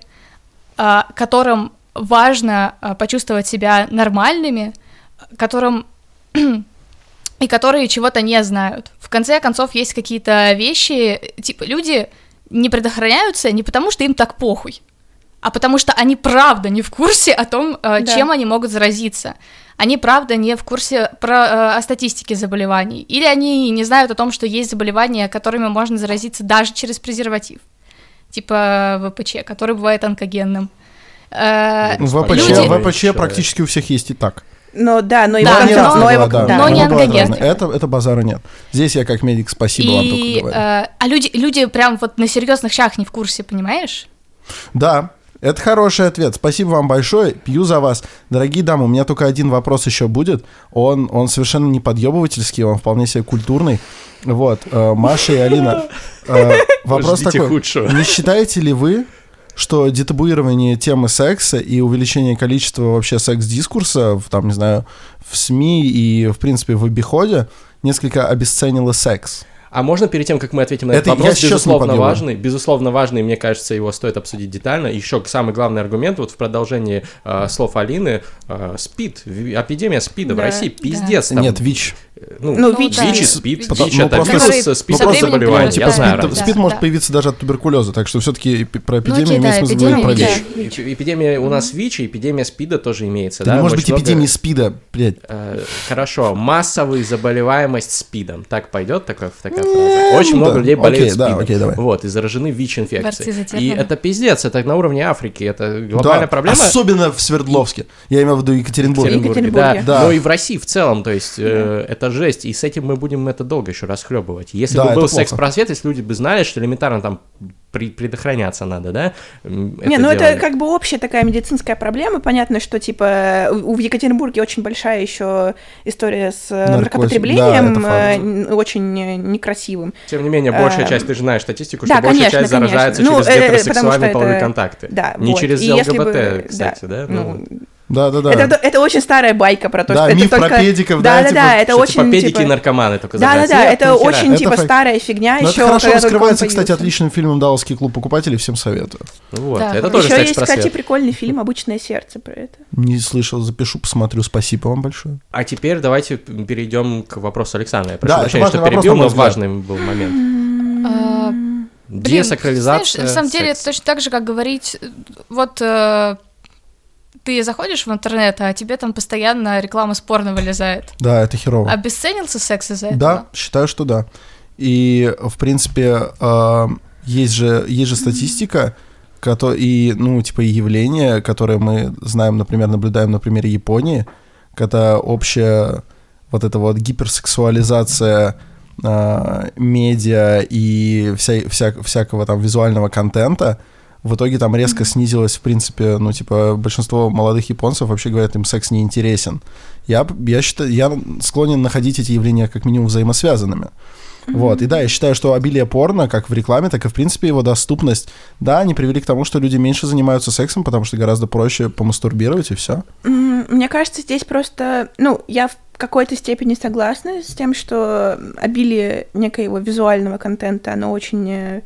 B: а, которым важно а, почувствовать себя э, нормальными, а, которым и которые чего-то не знают. В конце концов, есть какие-то вещи, типа люди не предохраняются не потому, что им так похуй, а потому что они правда не в курсе о том, э,
C: Да.
B: чем они могут заразиться. Они правда не в курсе про, э, о статистике заболеваний. Или они не знают о том, что есть заболевания, которыми можно заразиться даже через презерватив. Типа ВПЧ, который бывает онкогенным. Э,
D: В ВПЧ,
B: Люди-
D: в ВПЧ практически у всех есть и так.
C: Но да, но его
B: Да,
C: концен-
B: но-
C: но его- да.
B: но не
D: оно бывает
B: онкогенный.
D: разное. Это, это базара нет. Здесь я как медик, спасибо вам только
B: И,
D: говорю.
B: э, а люди, люди прям вот на серьезных щах не в курсе, понимаешь?
D: Да, это хороший ответ. Спасибо вам большое. Пью за вас. Дорогие дамы, у меня только один вопрос еще будет. Он, он совершенно не подъебывательский, он вполне себе культурный. Вот, э, Маша и Алина, э, вопрос
A: Ждите
D: такой.
A: худшего.
D: Не считаете ли вы, что детабуирование темы секса и увеличение количества вообще секс-дискурса, в, там, не знаю, в СМИ и, в принципе, в обиходе, несколько обесценило секс?
A: А можно перед тем, как мы ответим на
D: Это
A: этот
D: я
A: вопрос,
D: сейчас не
A: безусловно
D: подъебаю.
A: важный, безусловно важный, мне кажется, его стоит обсудить детально. Еще самый главный аргумент, вот в продолжении э, слов Алины, э, СПИД, ви- эпидемия СПИДа
C: Да,
A: в России, пиздец. там,
D: Нет, ВИЧ.
A: э, ну,
C: Ну,
B: Ну,
C: ВИЧ,
B: да.
A: ВИЧ и
B: ВИЧ,
A: СПИД,
D: потом-
A: ВИЧ
D: ну,
A: это
D: просто-
A: вирус,
B: Который
A: э, СПИД
B: со
A: это
B: временем
A: заболевание,
B: перерастает,
A: я знаю.
B: да.
D: Спид,
A: разницу.
D: спид может
B: да.
D: появиться даже от туберкулеза, так что все-таки про эпидемию
B: Ну, окей,
D: имеет
B: да,
D: смысл говорить про
B: эпидемия,
D: ВИЧ.
A: И- и- Эпидемия у нас ВИЧ, и эпидемия СПИДа тоже имеется.
D: Да
A: да?
D: не может
A: Очень
D: быть
A: много-
D: эпидемии СПИДа, блядь.
A: Э, Хорошо, массовая заболеваемость СПИДом. Так пойдет такая, такая фраза? Очень
D: ну
A: много
D: да.
A: людей болеют
D: Окей, да,
A: СПИДом.
D: окей, давай.
A: Вот, и заражены
B: Борцы за
A: ВИЧ-инфекцией. И
B: термин.
A: это пиздец, это на уровне Африки, это глобальная
D: Да,
A: проблема.
D: Особенно в Свердловске. Я имею в виду Екатеринбург.
C: Екатеринбург.
A: да.
C: Екатеринбурге.
D: Да.
A: Но и в России в целом, то есть э, это жесть, и с этим мы будем это долго еще расхлебывать. Если
D: Да,
A: бы был
D: это плохо.
A: секс-просвет, если люди бы знали, что элементарно там при- предохраняться надо, да?
C: Не, ну это как бы общая такая медицинская проблема. Понятно, что типа у- в Екатеринбурге очень большая еще история с э,
D: Наркотик. Да, это
C: наркопотреблением,
D: факт.
C: э, н- очень э, некрасивым.
A: Тем не менее, большая
C: Эм,
A: часть, ты же знаешь статистику,
C: да,
A: что большая
C: конечно,
A: часть заражается
C: конечно. Ну,
A: через
C: э, э, потому
A: гетеросексуальные
C: что
A: половые
C: это-
A: контакты.
C: Да,
A: Не
C: вот.
A: через
C: И если бы-
A: ЛГБТ,
C: да,
A: кстати, да?
C: ну,
A: Ну,
D: Да, да, да.
C: Это, это очень старая байка про то,
D: Да,
C: что
D: миф
C: это
D: про
C: только...
D: педиков, да,
C: да, да,
D: типа,
C: да, это
A: что
C: очень
A: типа педики
C: типа-
A: и наркоманы только
C: Да, да,
A: заразятся.
C: да,
A: Нет,
C: это
A: ни хера.
C: очень
D: Это
C: типа
D: факт.
C: старая фигня
D: Но
C: еще.
D: это хорошо раскрывается, кстати, отличным фильмом «Далласский клуб покупателей», всем советую.
A: ну Вот,
B: Да,
A: это
B: хорошо.
A: тоже
C: Еще есть,
A: секс-просвет.
C: кстати, прикольный фильм «Обычное сердце» про это.
D: Не слышал, запишу, посмотрю, спасибо вам большое.
A: А теперь давайте перейдем к вопросу Александра. Я прошу
D: Да, это
A: прощения, что
D: важный вопрос,
A: перебил,
D: на мой
A: но
D: взгляд.
A: важный был момент.
B: Э, Блин,
A: Десакрализация
B: Знаешь, на самом деле это
A: секса.
B: точно так же, как говорить, э, вот э, ты заходишь в интернет, а тебе там постоянно реклама с порно вылезает.
D: Да, это херово.
B: Обесценился секс из-за
D: Да,
B: этого?
D: считаю, что да. И, в принципе, э, есть же, есть же статистика, кото- и, ну, типа, и явления, которые мы знаем, например, наблюдаем на примере Японии, когда общая вот эта вот гиперсексуализация э, медиа и вся- вся- всякого там визуального контента, в итоге там резко снизилось, в принципе, ну, типа, большинство молодых японцев вообще говорят, им секс не интересен. Я, б- я считаю, я склонен находить эти явления как минимум взаимосвязанными. Вот, и да, я считаю, что обилие порно, как в рекламе, так и, в принципе, его доступность, да, они привели к тому, что люди меньше занимаются сексом, потому что гораздо проще помастурбировать, и все.
C: М, Мне кажется, здесь просто, ну, я в какой-то степени согласна с тем, что обилие некоего визуального контента, оно очень, э,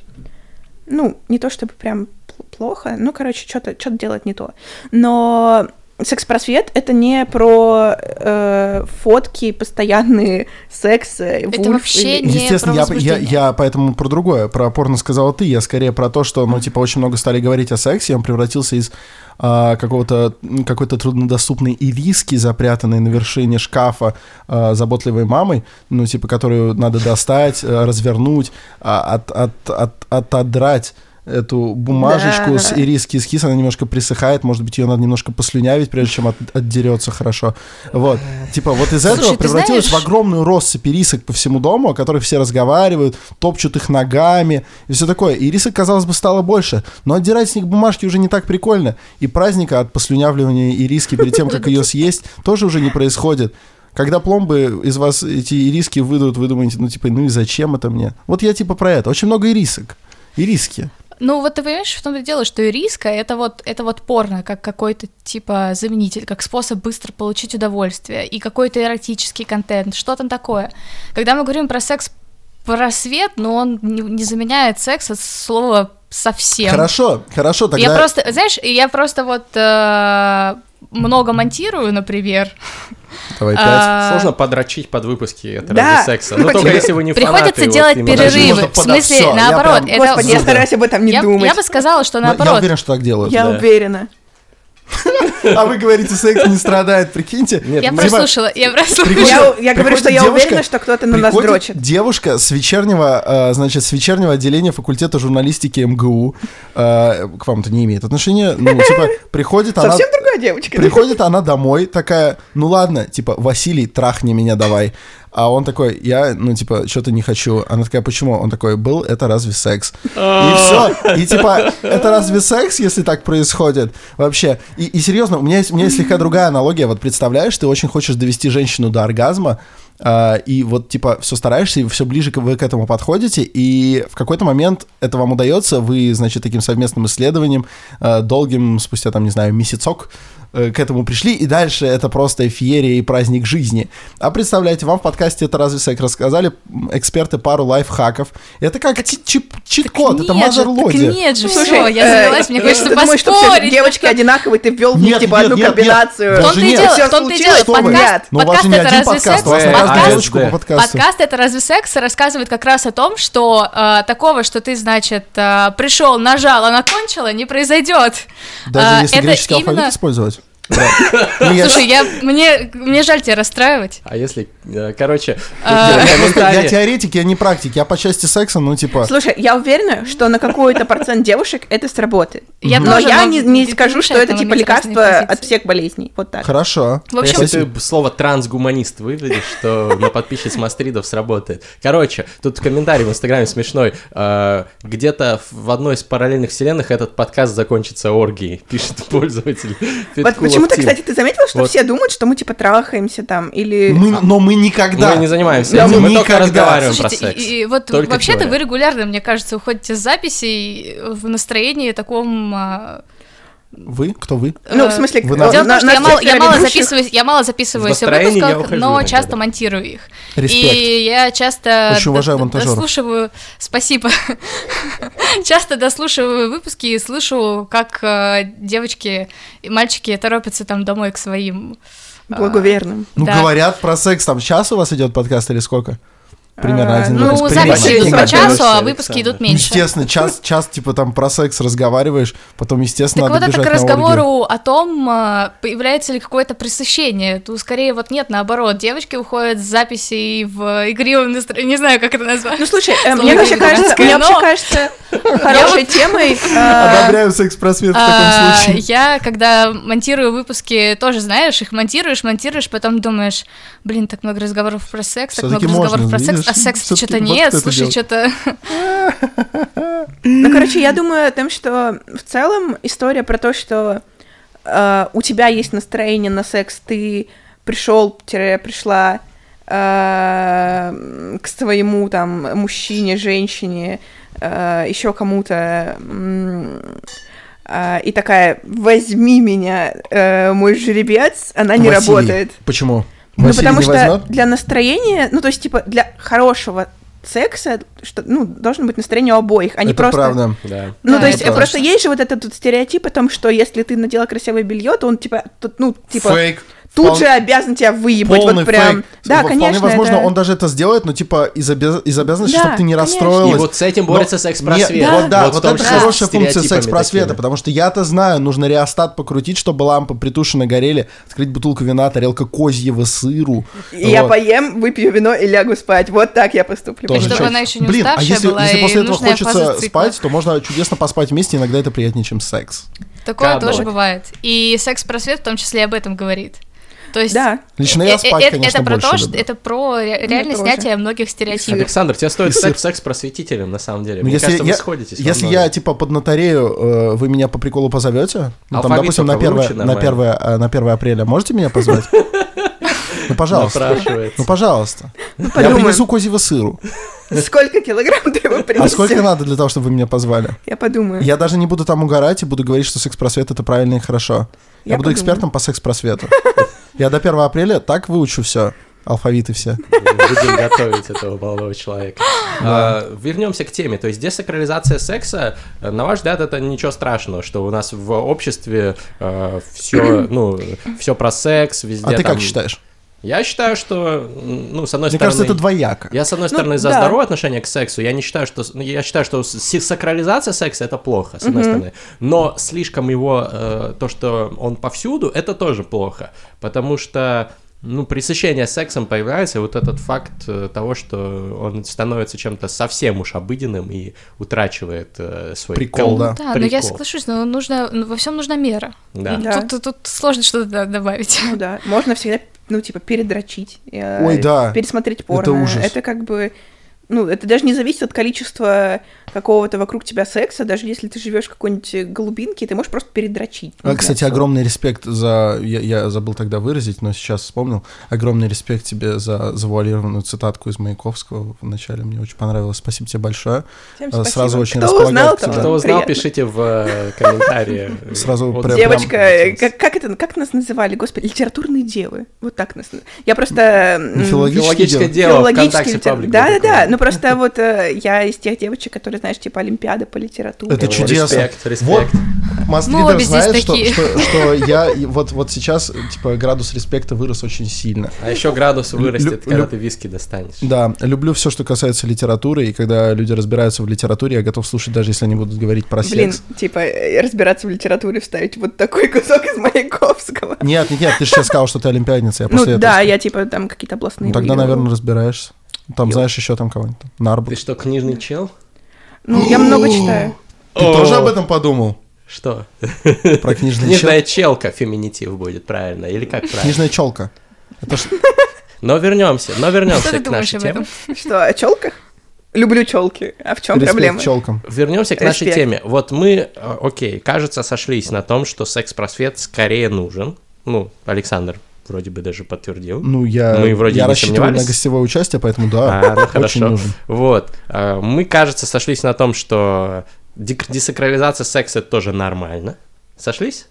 C: ну, не то чтобы прям пл- плохо, ну, короче, что-то что делать не то. Но секс-просвет — это не про э, фотки, постоянные секс,
B: Это вообще не про
D: Естественно, я, я,
B: возбуждение.
D: я поэтому про другое. Про порно сказала ты. Я скорее про то, что, ну, типа, очень много стали говорить о сексе, и он превратился из а, какого-то м, какой-то труднодоступной ириски, запрятанной на вершине шкафа а, заботливой мамой, ну, типа, которую надо достать, а, развернуть, а, от, от, от, отодрать эту бумажечку
C: Да.
D: с ириски эскиз, она немножко присыхает, может быть, ее надо немножко послюнявить, прежде чем от- отдерется хорошо. Вот. Типа вот из
B: Слушай,
D: этого
B: ты
D: превратилось в
B: знаешь-
D: огромную россыпь ирисок по всему дому, о которых все разговаривают, топчут их ногами и все такое. Ирисок, казалось бы, стало больше, но отдирать с них бумажки уже не так прикольно. И праздника от послюнявливания ириски перед тем, как ее съесть, тоже уже не происходит. Когда пломбы из вас эти ириски выдают, вы думаете, ну типа, ну и зачем это мне? Вот я типа про это. Очень много ирисок. Ириски.
B: Ну вот ты понимаешь, в том-то и дело, что ириска — это вот, это вот порно, как какой-то типа заменитель, как способ быстро получить удовольствие, и какой-то эротический контент, что там такое. Когда мы говорим про секс просвет, но он не, не заменяет секс от слова совсем.
D: Хорошо, хорошо, тогда...
B: Я просто, знаешь, я просто вот э, много монтирую, например,
D: Давай пять.
B: А,
A: Сложно подрочить под выпуски это
C: Да.
A: ради секса. Ну,
C: Ну,
A: только
C: почему?
A: если вы не фанаты.
B: Приходится
A: вот
B: делать
A: именно-
B: перерывы.
D: Можно
B: В
D: подо
B: смысле,
D: всё, я
B: наоборот,
D: прям-
B: это
C: Господи, я
B: зуб.
C: стараюсь об этом не
B: я,
C: думать.
B: я бы сказала, что
D: Ну, Я
B: наоборот.
D: уверен, что так делают.
C: Я
A: да.
C: уверена.
D: А вы говорите, секс не страдает, прикиньте.
A: Нет,
B: Я
A: ну,
B: прослушала, я прослушала.
D: Приходит-
C: Я, я говорю,
D: приходит
C: что я
D: девушка,
C: уверена, что кто-то на нас
D: Приходит
C: дрочит.
D: девушка с вечернего, э, значит, с вечернего отделения факультета журналистики МГУ. э, К вам-то не имеет отношения. Ну, типа, приходит она...
C: Совсем другая девочка.
D: Приходит она домой, такая, ну ладно, типа, Василий, трахни меня давай. А он такой, я, ну, типа, что-то не хочу. Она такая, почему? Он такой, был, это разве секс? И все. И типа, это разве секс, если так происходит? Вообще. И, и серьезно, у меня, есть, у меня есть слегка другая аналогия. Вот представляешь, ты очень хочешь довести женщину до оргазма, а, и вот, типа, все стараешься, и все ближе к- вы к этому подходите, и в какой-то момент это вам удается, вы, значит, таким совместным исследованием, э, долгим, спустя, там, не знаю, месяцок, э, к этому пришли, и дальше это просто феерия и праздник жизни. А представляете, вам в подкасте «Это разве секс?» рассказали м, эксперты пару лайфхаков. Это как чи- чи- чит-код, это
B: Нет же,
D: мазер
B: так
D: лоди.
B: нет же,
C: Слушай,
B: все, я
C: э,
B: завелась, мне
C: э,
B: хочется
C: ты думаешь, что все
B: поспорить.
C: девочки одинаковые, ты ввел в них
D: Нет,
C: типа
D: нет,
C: одну
D: нет, нет.
C: комбинацию.
B: В том-то и
D: Нет,
B: дело,
C: всё
B: в том-то и дело,
C: случилось,
D: что вы.
B: подкаст,
D: Ну, у вас же
B: подкаст
D: не
B: это
D: один
B: разве
D: подкаст, у вас
B: секс?
D: на каждую
A: Подкаст-
D: девочку по
A: да.
D: подкасту.
B: Подкаст «Это разве секс» рассказывает как раз о том, что э, такого, что ты, значит, э, пришел, нажал, она кончила, не произойдет.
D: Даже
B: А,
D: если
B: это
D: греческий
B: именно-
D: алфавит использовать. Да. Ну, я-
B: Слушай, я, мне, мне жаль тебя расстраивать.
A: А если, э, короче,
B: А,
D: Я просто-
A: комментарии.
D: Я теоретик, я не практик. Я по части секса, ну, типа...
C: Слушай, я уверена, что на какой-то процент девушек это сработает.
B: Я
C: Но
B: тоже,
C: я не, не
B: это
C: скажу, что
B: мешает
C: это
B: нам
C: типа
B: иметь
C: лекарство
B: разные
C: от
B: позиции.
C: всех болезней. Вот так.
D: Хорошо.
B: В общем,
A: Если ты слово трансгуманист выведешь, то на подписчиц Мастридов сработает. Короче, тут комментарий в Инстаграме смешной. Э, Где-то в одной из параллельных вселенных этот подкаст закончится оргией, пишет пользователь.
C: Вот
A: Петкулов
C: почему-то,
A: Тим.
C: кстати, ты заметила, что
A: Вот.
C: все думают, что мы типа трахаемся там или...
D: Мы- Ну, но мы никогда...
A: Мы не занимаемся
D: Да,
A: этим, мы только
D: никогда.
A: разговариваем про
B: Слушайте,
A: секс.
B: и, и вот
A: Только
B: вообще-то
A: теория.
B: вы регулярно, мне кажется, уходите с записей в настроении таком... а,
D: Вы? Кто вы?
C: Ну,
B: э,
C: в смысле,
D: Вы
C: э,
D: на-
B: Дело в том,
C: на-
B: что
C: нас
B: я мало, я
C: четверо
B: мало
C: ведущих.
B: записываюсь, я мало записываюсь
A: В
B: в
A: настроении я
B: выпусках,
A: ухожу
B: но
A: иногда,
B: часто
A: да.
B: монтирую их.
D: Респект.
B: И я часто
D: Очень уважаю
B: д-
D: монтажёров.
B: дослушиваю, спасибо. часто дослушиваю выпуски и слышу, как э, девочки и мальчики торопятся там домой к своим. а,
C: Благоверным.
D: Ну,
B: да.
D: говорят про секс. Там час у вас идет подкаст или сколько? Примерно
C: Э,
D: один
C: ну,
D: выпуск.
B: Ну,
D: Примерно.
B: записи идут по
A: Примерно.
B: часу, а
A: Александр.
B: выпуски идут
D: Ну,
B: меньше.
D: Естественно, час, час, типа, там про секс разговариваешь, потом, естественно,
B: Так вот
D: надо
B: это к
D: бежать на оргию.
B: разговору о том, а, появляется ли какое-то пресыщение. Тут скорее вот нет, наоборот, девочки уходят с записей в игривом настроении, не знаю, как это назвать.
C: Ну, слушай, э,
B: Слово
C: мне вообще
B: «гражданское»,
C: кажется, мне
B: но-
C: вообще кажется, э, хорошей темой... э,
D: Одобряю секс-просвет в
B: А,
D: таком случае.
B: Я, когда монтирую выпуски, тоже, знаешь, их монтируешь, монтируешь, потом думаешь, блин, так много разговоров про секс, так много
D: Всё-таки
B: разговоров
D: можно,
B: про секс,
D: видишь?
B: а секс
D: Всё-таки
B: что-то
D: вот
B: нет,
D: кто это
B: слушай,
D: делает.
B: что-то...
C: Ну, короче, я думаю о том, что в целом история про то, что э, у тебя есть настроение на секс, ты пришел, пришла э, к своему там мужчине, женщине, еще кому-то, м, э, и такая, возьми меня, э, мой жеребец, она не
D: Василий.
C: работает.
D: Почему?
C: Ну,
D: Василий
C: потому
D: не
C: что
D: возьмет?
C: для настроения, ну, то есть, типа, для хорошего секса, что, ну, должно быть настроение у обоих, а не
D: Это
C: просто...
D: правда.
A: Да.
C: Ну,
B: Да,
C: то есть,
D: это
C: э, просто есть же вот этот вот стереотип о том, что если ты надела красивое белье, то он типа, тут, ну, типа,
D: Фейк.
C: тут
D: Вполне-
C: же обязан тебя выебать.
D: полный
C: Вот прям.
D: фейк.
C: Да,
D: Во-
C: конечно.
D: Вполне возможно,
C: это-
D: он даже это сделает, но типа из, обяз- из обязанности,
C: Да,
D: чтобы ты не
C: конечно.
A: И
D: расстроилась.
A: вот с этим
D: Но-
A: борется секс-просвет.
D: Не, Вот да,
A: в
D: вот
A: том
D: это
A: числе с
D: хорошая функция
A: стереотипами
D: секс-просвета,
A: такими.
D: потому что я-то знаю, нужно реостат покрутить, чтобы лампы притушены горели, открыть бутылку вина, тарелка козьего сыру.
C: И Я
D: Вот.
C: поем, выпью вино и лягу спать. Вот так я поступлю.
D: Тоже
B: Чтобы
D: чё-
B: она еще не
D: Блин, а
B: уставшая
D: если,
B: была
D: если
B: и
D: после этого
B: нужная фаза
D: хочется
B: цикла.
D: спать, то можно чудесно поспать вместе, иногда это приятнее, чем секс.
B: Такое
A: Кадр.
B: тоже бывает. И секс-просвет в том числе об этом говорит. То есть...
C: Да. Ну,
D: Лично
B: э-
D: я
B: э-
D: спать,
B: э-
D: конечно,
B: это про
D: больше
B: то, что
D: люблю.
B: это про ре- реально
C: тоже.
B: снятие многих стереотипов.
A: Александр, тебе стоит
D: Если-
A: стать секс-просветителем, на самом деле.
D: Ну,
A: Мне
D: если
A: кажется, вы
D: я,
A: сходитесь. во
D: если
A: многом.
D: я типа поднатарею, э, вы меня по приколу позовете? Ну, там,
A: Алфавит
D: допустим, на
A: только
D: 1,
A: выучи
D: на,
A: нормально.
D: 1, на 1 апреля можете меня позвать? Ну, пожалуйста.
A: Напрашивается.
D: Ну, пожалуйста. Я
C: ну, подумаем.
D: принесу козьего сыру.
C: Сколько килограмм ты его принесешь?
D: А сколько надо для того, чтобы вы меня позвали?
C: Я подумаю.
D: Я даже не буду там угорать и буду говорить, что секс-просвет это правильно и хорошо. Я,
C: Я
D: буду
C: подумаю.
D: экспертом по секс-просвету. Я до 1 апреля так выучу все. Алфавиты все.
A: Будем готовить этого молодого человека. А, Вернемся к теме. То есть десакрализация секса, э, на ваш взгляд, это ничего страшного, что у нас в обществе все, ну, все про секс, везде.
D: А ты
A: там-
D: как считаешь?
A: Я считаю, что, ну, с одной стороны...
D: Мне кажется, это двояко.
A: Я, с одной
C: Ну,
A: стороны, за
C: да.
A: здоровое отношение к сексу. Я не считаю, что... ну, Я считаю, что с- сакрализация секса — это плохо, с одной стороны. Но слишком его... э, то, что он повсюду, это тоже плохо. Потому что... Ну, пресыщение сексом появляется, и вот этот факт э, того, что он становится чем-то совсем уж обыденным и утрачивает э, свой
D: Прикол,
A: кол-
D: да.
B: Да, но я
A: прикол.
B: соглашусь, но нужно, ну, во всем нужна мера.
A: Да.
C: Да.
B: Тут, тут сложно что-то да, добавить.
C: Ну да, можно всегда, ну, типа, передрочить. э,
D: Ой, да.
C: Пересмотреть порно.
D: ужас.
C: Это как бы... Ну, это даже не зависит от количества какого-то вокруг тебя секса. Даже если ты живешь в какой-нибудь глубинке, ты можешь просто передрочить. не
D: А,
C: знаю,
D: кстати,
C: всё.
D: огромный респект за... Я, я забыл тогда выразить, но сейчас вспомнил. Огромный респект тебе за завуалированную цитатку из Маяковского в начале. Мне очень понравилось. Спасибо тебе большое.
C: Всем
D: э,
C: спасибо.
D: сразу очень
C: Кто
D: располагает
C: узнал,
D: к себе.
C: тому
A: Кто узнал,
C: приятно.
A: пишите в э, комментарии.
D: Сразу
A: Вот
D: прям-
C: Девочка, э,
A: прям-
C: как, как это, как нас называли, господи, литературные девы, вот так нас. наз- Я просто м,
D: Филологические
A: Филологическое дело ВКонтакте паблик.
C: да, да,
A: такой.
C: да. Ну просто вот э, я из тех девочек, которые, знаешь, типа Олимпиада по литературе.
D: Это
A: Вот.
D: чудесно.
A: Респект, респект.
D: Вот
C: Ну,
D: Мастридер
B: Мы обе здесь
D: знает, что,
B: такие.
D: что, что я и вот, вот сейчас, типа, градус респекта вырос очень сильно.
A: А еще градус
D: Лю-
A: вырастет, когда
D: лю-
A: ты виски достанешь.
D: Да, люблю все, что касается литературы, и когда люди разбираются в литературе, я готов слушать, даже если они будут говорить про
C: Блин,
D: секс.
C: типа э, разбираться в литературе, вставить вот такой кусок из Маяковского.
D: Нет, нет, нет, ты же сейчас сказал, что ты олимпиадница, я
C: Ну
D: после этого...
C: да, я типа там какие-то областные.
D: Ну, тогда,
C: выиграла.
D: наверное, разбираешься. Там,
A: Ё.
D: знаешь, еще там кого-нибудь. там, Нарбу.
A: Ты что, книжный чел?
C: Ну я много читаю.
D: Ты тоже об этом подумал?
A: Что?
D: Про книжный чел?
A: Книжная челка феминитив будет, правильно? Или как правильно?
D: Книжная челка. Это ж-
A: Но вернемся, но вернемся
B: Что ты
A: к
B: думаешь
A: нашей
B: об
A: теме.
B: этом?
C: Что, о челках? Люблю челки. А в чем
D: респект
C: проблема?
D: челкам.
A: Вернемся к нашей
C: Респект.
A: теме. Вот мы, э, окей, кажется, сошлись на том, что секс-просвет скорее нужен. Ну, Александр вроде бы даже подтвердил.
D: Ну, я,
A: Мы вроде
D: я
A: не
D: рассчитываю на
A: сомневались.
D: гостевое участие, поэтому
A: А,
D: да,
A: ну
D: очень
A: хорошо.
D: нужен.
A: Вот. э, Мы, кажется, сошлись на том, что дек- десакрализация секса тоже нормально. Сошлись?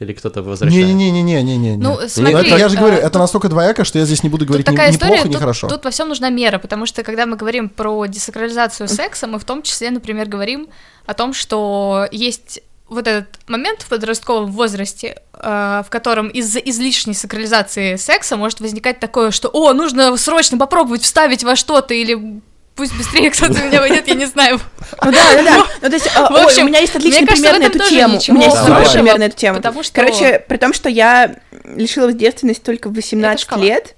A: Или кто-то возражает?
D: Не-не-не-не-не-не.
B: Ну,
D: Ну,
B: смотри,
D: это, я же
B: э,
D: говорю, это настолько двояко, что я здесь не буду говорить ни,
B: такая
D: ни
B: история,
D: плохо, ни
B: тут,
D: хорошо.
B: тут во всем нужна мера, потому что когда мы говорим про десакрализацию секса, мы в том числе, например, говорим о том, что есть вот этот момент в подростковом возрасте, э, в котором из-за излишней сакрализации секса может возникать такое, что «О, нужно срочно попробовать вставить во что-то» или «Пусть быстрее кто-то меня войдет, я не знаю».
C: Ну да, да, да. Ну, то есть, а,
B: В
C: ой,
B: общем,
C: у меня есть отличный
B: мне кажется,
C: пример
B: в
C: на
B: этом
C: эту
B: тоже
C: тему. У
B: ничего
C: меня есть супер
A: Давай.
C: пример на эту тему.
B: Потому что-
C: Короче, при том, что я лишилась девственности только в 18
B: шкала.
C: лет,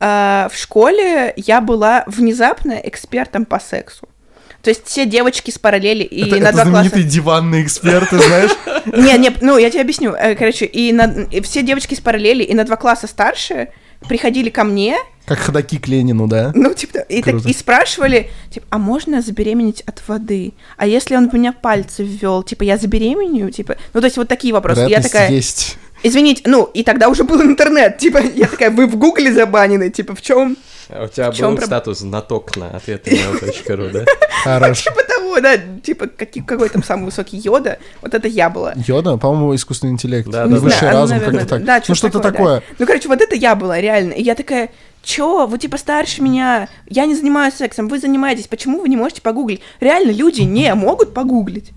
C: а, в школе я была внезапно экспертом по сексу. То есть все девочки с параллели и на
D: это это
C: два класса.
D: знаменитые диванные эксперты, знаешь?
C: Не, не, ну я тебе объясню. Э, Короче, и, на- и все девочки с параллели и на два класса старше приходили ко мне,
D: Как ходаки к Ленину, да?
C: ну, типа, и, так-
D: Круто.
C: и спрашивали, типа, а можно забеременеть от воды? А если он в меня пальцы ввел, типа, я забеременею, типа, ну, то есть вот такие вопросы. Я
D: Вероятность
C: такая,
D: есть.
C: извините, ну, и тогда уже был интернет, типа, я такая, вы в гугле забанены, типа, в чем?
A: А У тебя
C: В чем
A: был
C: проб-
A: статус знаток на ответы на ру, да?
D: Хорош.
C: Типа того, да, типа, какие, какой там самый высокий йода, вот это я была.
D: Йода, по-моему, искусственный интеллект.
A: Да,
D: Ну,
A: да,
D: Высший
C: да.
D: разум,
C: Наверное,
D: как-то так.
C: да,
D: ну,
C: что-то
D: что-то
C: такое,
D: такое.
C: Ну, короче, вот это я была, реально. И я такая, чё, вы типа старше меня, я не занимаюсь сексом, вы занимаетесь, почему вы не можете погуглить? Реально, люди не могут погуглить.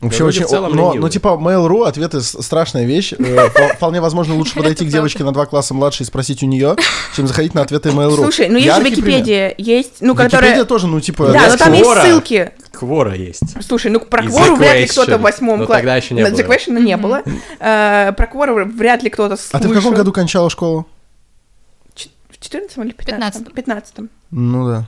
D: Вообще
A: Да, люди
D: очень...
A: в целом
D: но,
A: ленивые.
D: ну, типа, Mail.ru, ответы с- страшная вещь. Э, впо- Вполне возможно, лучше подойти к девочке на два класса младше и спросить у нее, чем заходить на ответы Mail.ru.
C: Слушай, ну есть же
D: Яркий
C: Википедия, есть, ну,
D: пример. Википедия
C: которая...
D: тоже, ну, типа...
C: Да,
A: есть
C: но там есть
A: Quora.
C: ссылки.
A: Квора есть.
C: Слушай, ну про
A: И
C: Квору
A: The
C: вряд ли
A: Question.
C: кто-то в восьмом
A: Но
C: классе.
A: тогда еще не
C: На
A: было.
C: The Question не было. Э, Про Квору вряд ли кто-то слышал.
D: А ты в каком году кончала школу?
C: Ч- В 14 или 15? 15.
D: Ну да.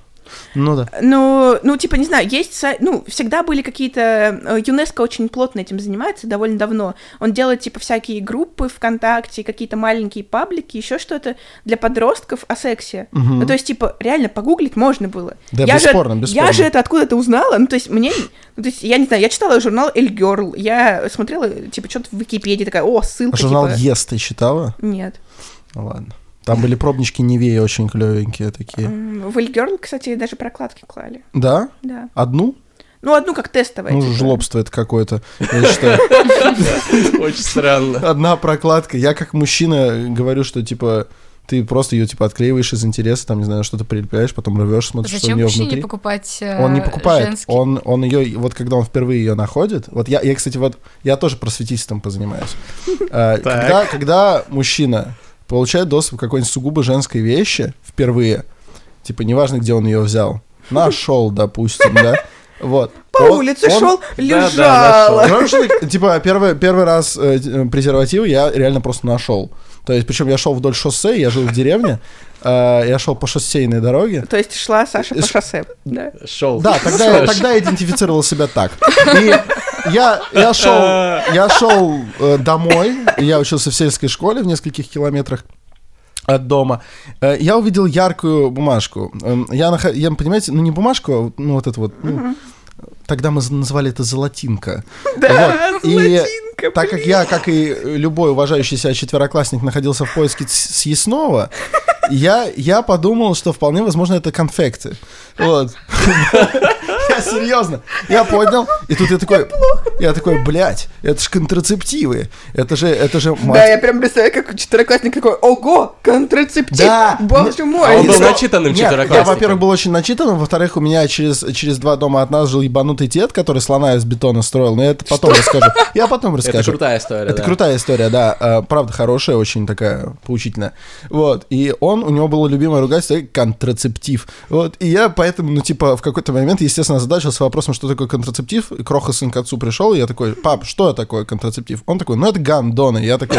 D: Ну да.
C: Ну, ну, типа, не знаю, есть сайт, ну, всегда были какие-то... э, ЮНЕСКО очень плотно этим занимается довольно давно. Он делает, типа, всякие группы ВКонтакте, какие-то маленькие паблики, еще что-то для подростков о сексе.
D: Мгм.
C: Ну, то есть, типа, реально погуглить можно было.
D: Да,
C: же-
D: бесспорно, бесспорно.
C: Я же это откуда-то узнала, ну, то есть, мне... Ну, то есть, я не знаю, я читала журнал Эль Герл, я смотрела, типа, что-то в Википедии, такая, о,
D: А
C: ссылка,
D: журнал
C: типа.
D: «Ес» ты читала?
C: Нет.
D: Ну, Ладно. Там были пробнички Невеи очень клевенькие такие.
C: М, В Эль Герл, кстати, даже прокладки клали,
D: Да?
C: да.
D: Одну?
C: Ну, одну как тестовая.
D: Ну,
C: типа.
D: жлобство это какое-то, я считаю.
A: Очень странно.
D: Одна прокладка. Я как мужчина говорю, что типа ты просто ее типа отклеиваешь из интереса, там, не знаю, что-то прилепляешь, потом рвешь, смотришь, что у
B: Зачем
D: нее
B: мужчине
D: внутри.
B: покупать э,
D: Он не покупает,
B: женский?
D: он, он ее, вот когда он впервые ее находит, вот я, я, кстати, вот, я тоже просветительством позанимаюсь. Э, Когда, когда мужчина получает доступ к какой-нибудь сугубо женской вещи впервые, типа неважно, где он ее взял, нашел, допустим, да, вот.
C: По
D: Он-
C: улице
D: он-
C: шел,
A: да,
C: лежала.
D: Потому что, типа, первый, первый раз э, т- э, презервативы я реально просто нашел. То есть, причем я шел вдоль шоссе, я жил в деревне, э, я шел по шоссейной дороге.
C: То есть шла Саша по
D: Ш-
C: шоссе. Да.
A: Шел.
D: Да, тогда, я- тогда я идентифицировал себя так. И я, я шел, я шел э, домой, я учился в сельской школе в нескольких километрах от дома. Э, Я увидел яркую бумажку. Эм, Я, нах... я понимаете, ну не бумажку, а вот, ну вот это вот. ну, Тогда мы з- называли это золотинка.
C: Да,
D: Вот. И
C: золотинка,
D: так как я, как и любой уважающий себя четвероклассник, находился в поиске ц- съестного, я, я подумал, что вполне возможно это конфекты. Вот. Я серьезно. Я поднял, и тут я такой, я такой, блядь, это же контрацептивы. Это же, это же
C: Да, я
D: мать.
C: прям представляю, как четвероклассник такой, ого, контрацептив,
D: Да.
C: боже
A: А
C: мой.
A: он был
D: Нет,
A: начитанным
D: Нет, я,
A: четвероклассником.
D: во-первых, был очень начитан, во-вторых, у меня через, через два дома от нас жил ебанутый дед, который слона из бетона строил, но я это потом расскажу. Я потом
A: Это
D: расскажу.
A: крутая история,
D: Это
A: да.
D: крутая история, да. Э, Правда, хорошая, очень такая поучительная. Вот. И он, у него было любимое ругательство э, контрацептив. Вот. И я поэтому, ну, типа, в какой-то момент, естественно, задачился вопросом, что такое контрацептив. И Кроха сын к отцу пришел, и я такой, пап, что такое контрацептив? Он такой, ну, это гандоны. Я такой,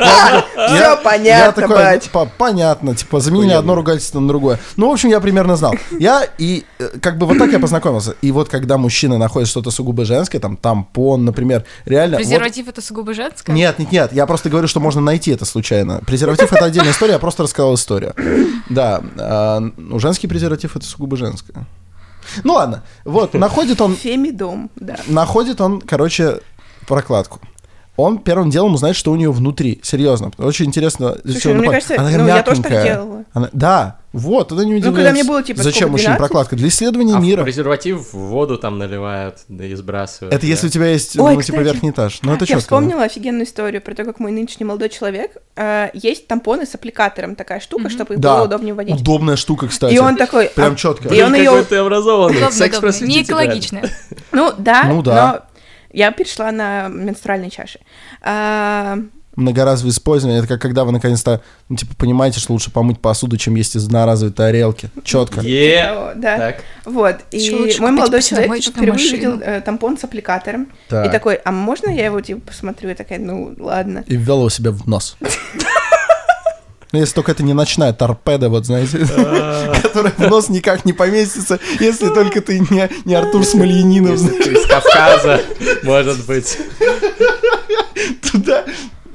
C: Все
D: я
C: понятно,
D: такой,
C: бать.
D: типа, понятно, типа, заменили одно ругательство на другое. Ну, в общем, я примерно знал. Я и, э, как бы, вот так я познакомился. И вот, когда мужчина находит что-то сугубо женское, там, тампон, например, реально... вот-
B: Презерватив это сугубо женское?
D: нет, нет, нет, я просто говорю, что можно найти это случайно. Презерватив это отдельная история, я просто рассказал историю. Да, а, ну, женский презерватив это сугубо женское. Ну ладно, вот, находит он,
C: Фемидом, да.
D: находит он, короче, прокладку. Он первым делом узнает, что у нее внутри. Серьезно, очень интересно.
C: Слушай, ну, мне кажется,
D: Она
C: ну, я тоже так
D: мягонькая.
C: делала.
D: Она- да, вот, это не
C: когда
D: удивляюсь.
C: мне было, типа,
D: Зачем
C: сколько,
D: мужчине
C: 12?
D: прокладка? Для исследования
A: А в
D: мира.
A: презерватив в воду там наливают да, и сбрасывают.
D: Это
A: да.
D: если у тебя есть,
C: Ой,
D: ну, типа,
C: кстати.
D: верхний этаж. Ну, это
C: я
D: чётко, да.
C: вспомнила офигенную историю про то, как мой нынешний молодой человек э, есть тампоны с аппликатором такая штука, чтобы их было
D: Да,
C: удобнее вводить.
D: удобная штука, кстати.
C: И он такой.
D: Прям
C: а,
D: четко.
C: И он
A: Блин,
C: ее.
A: какой ты образованный,
B: Удобно,
A: секс
B: удобно. Не экологично.
C: Ну да.
D: Ну да.
C: Но я перешла на менструальные чаши. А,
D: многоразовое использование, это как когда вы наконец-то, ну, типа, понимаете, что лучше помыть посуду, чем есть из одноразовой тарелки. Четко.
A: Е,
C: о, да.
A: так.
C: Вот. И
B: Ещё лучше
C: мой
B: купить
C: молодой человек
B: посудомоечную
C: типа, впервые
B: машину.
C: видел э, тампон с аппликатором. И
D: Так.
C: такой, а можно я его типа посмотрю? Я такая, ну ладно.
D: И ввел его себе в нос. Ну, если только это не ночная торпеда, вот знаете,
A: А.
D: которая в нос никак не поместится, если только ты не, не Артур Смольянинов, знаешь,
A: Ты Из Кавказа, может быть.
D: туда.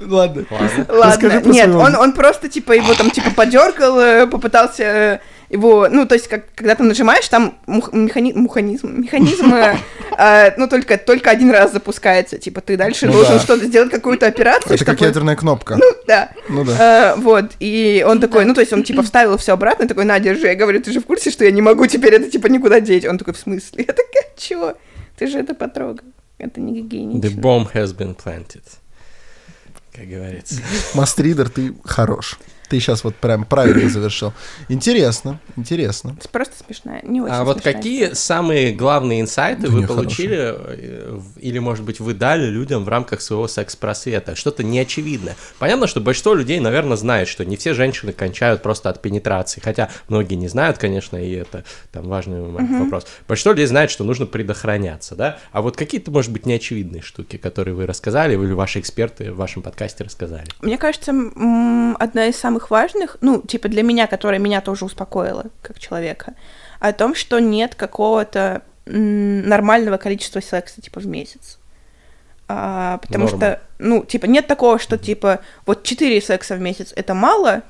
D: Ладно.
A: Ладно.
C: Ладно,
D: Расскажи про
C: нет,
D: своего-
C: он, он просто, типа, его там, типа, подергал, э, попытался э, его, ну, то есть, как, когда ты нажимаешь, там мух- механи- механизм, механизм, э, э, ну, только, только один раз запускается, типа, ты дальше
D: Ну
C: должен
D: да.
C: что-то сделать, какую-то операцию,
D: Это как
C: чтобы-
D: ядерная кнопка.
C: Да.
D: Ну да.
C: Э, вот, и он такой, ну, то есть, он, типа, вставил все обратно, и такой, на, держи, я говорю, ты же в курсе, что я не могу теперь это, типа, никуда деть? Он такой, в смысле? Я такая, чего? Ты же это потрогал. Это не
A: The
C: гигиенично.
A: bomb has been planted. Как говорится.
D: Мастридер, ты хорош. Ты сейчас вот прям правильно завершил. Интересно, интересно.
C: Это Просто смешная, не очень
A: А вот
C: смешная
A: какие самые главные инсайты
D: Да
A: вы
D: не,
A: получили э, в- или, может быть, вы дали людям в рамках своего секс-просвета? Что-то неочевидное. Понятно, что большинство людей, наверное, знает, что не все женщины кончают просто от пенетрации. Хотя многие не знают, конечно, и это там важный момент, вопрос. Большинство людей знает, что нужно предохраняться, да? А вот какие-то, может быть, неочевидные штуки, которые вы рассказали или ваши эксперты в вашем подкасте рассказали?
C: Мне кажется, м, одна из самых важных, ну, типа для меня, которая меня тоже успокоила как человека, о том, что нет какого-то м, нормального количества секса, типа, в месяц. А, потому
A: Норма.
C: что, ну, типа, нет такого, что, типа, вот 4 секса в месяц это мало,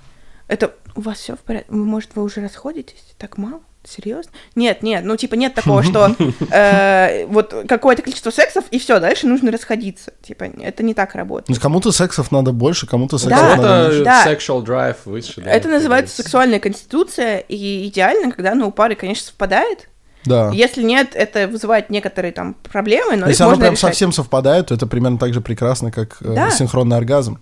C: это у вас все в порядке, Вы, может, вы уже расходитесь, так мало? Серьезно? Нет, нет, ну типа нет такого, что э, вот какое-то количество сексов и все, дальше нужно расходиться. Типа это не так работает.
D: Ну, кому-то сексов надо больше, кому-то сексов
C: Да.
D: надо меньше.
A: это
C: да.
A: sexual drive выше. да,
C: Это
A: как
C: называется
A: говорится.
C: сексуальная конституция, и идеально, когда она у пары, конечно, совпадает.
D: Да.
C: Если нет, это вызывает некоторые там проблемы, но
D: Если
C: Ну, их
D: оно
C: можно
D: прям
C: решать.
D: совсем совпадает, то это примерно так же прекрасно, как э,
C: Да.
D: синхронный оргазм.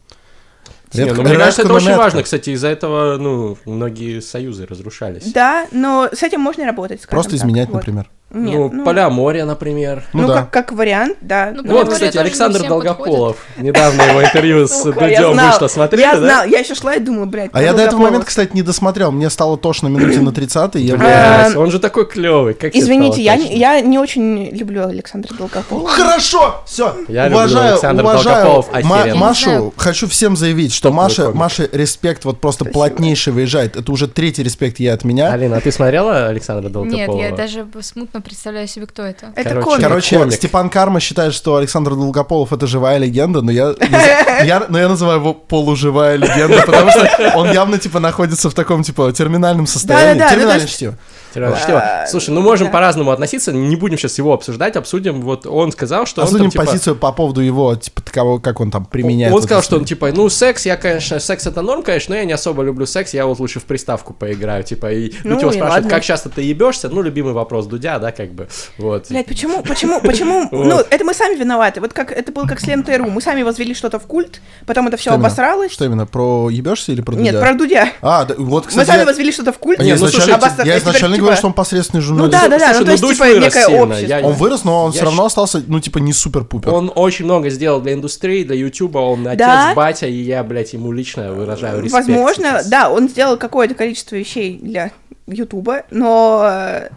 A: Не,
D: Редко-
A: ну, мне кажется,
D: редко,
A: это
D: но
A: очень
D: метко.
A: важно, кстати, из-за этого, ну, многие союзы разрушались.
C: Да, но с этим можно работать. скажем
D: Просто
C: так.
D: изменять,
C: Вот.
D: например.
C: Нет,
A: ну, поля моря, например.
C: Ну,
D: Ну да.
C: как, как вариант, да.
B: Ну,
C: Ну,
B: поля
A: вот,
B: моря
A: кстати,
B: тоже не
A: Александр
B: всем
A: Долгополов. Недавно его интервью с
C: Сука, ну, я
A: Дудем
C: знала.
A: вышло, смотрели,
C: я
A: да?
C: знал, я еще шла и думала, блядь.
D: А я до этого
C: Долгополов.
D: момента, кстати, не досмотрел. Мне стало тошно минуте на 30 я
C: Бля.
A: Блядь, он же такой клевый. Как тебе
C: Извините,
A: стало
C: я,
A: тошно?
C: не- я не очень люблю Александра Долгополова.
D: Хорошо, все.
A: Я люблю
D: уважаю,
A: Александра а
D: уважаю
A: Долгополов,
D: Ма-
A: охеренно. Я не
D: Машу.
B: знаю.
D: Хочу всем заявить, что
A: Топовый
D: Маша,
A: комик.
D: Маше респект вот просто плотнейший выезжает. Это уже третий респект ей от меня.
A: Алина, а ты смотрела Александра
B: Нет,
A: Долгополова?
B: я даже смутно представляю себе, кто это.
C: Это
A: Короче,
C: комик.
D: Короче,
A: комик.
D: Степан Карма считает, что Александр Долгополов это живая легенда, но я, я- но я называю его полуживая легенда, потому что он явно типа находится в таком типа терминальном состоянии.
C: Да-да-да, ну, то
D: Терминальное
C: есть-
D: чтиво.
A: Терминальное
C: Да.
A: чтиво. Слушай, ну можем
C: Да.
A: по-разному относиться, не будем сейчас его обсуждать, обсудим. Вот он сказал, что он там,
D: Осудим
A: типа,
D: позицию по поводу его, типа, такого, как он там применяет.
A: Он
D: вот
A: сказал,
D: это
A: что он
D: всё.
A: типа, ну секс, я, конечно, секс это норм, конечно, но я не особо люблю секс, я вот лучше в приставку поиграю, типа, и ну,
C: Ну
A: тебя
C: и
A: спрашивают,
C: ладно.
A: как часто ты ебешься, ну, любимый вопрос Дудя, да, как бы, вот.
C: Блядь, почему, почему, почему? Ну, это мы сами виноваты. Вот как это было как с ЛентРУ. Мы сами возвели что-то в культ, потом это все
D: Что именно?
C: обосралось.
D: Что именно, про ебешься или про
C: Нет,
D: Дудя?
C: про Дудя.
D: А, да, вот,
C: мы
D: кстати,
C: сами
D: я- А,
C: возвели что-то в культ.
A: Не,
D: я
A: ну, слушай,
D: изначально,
C: обосра-
D: я
C: теперь,
D: изначально
C: типа-
D: говорю, что он посредственный
C: Ну
D: журналист.
C: да, да, да.
A: Слушай,
C: Ну,
A: ну,
C: то есть,
A: Дудь
C: типа,
A: вырос
C: некое
A: сильно, я не
C: общество.
D: Он вырос, но он
A: Я
D: все равно
A: щ-
D: остался, ну, типа, не супер-пупер.
A: Он очень много сделал для индустрии, для Ютуба, он отец,
C: Да.
A: батя, и я, блядь, ему лично выражаю респект.
C: Возможно,
A: сейчас.
C: да, он сделал какое-то количество вещей для Ютуба, но э,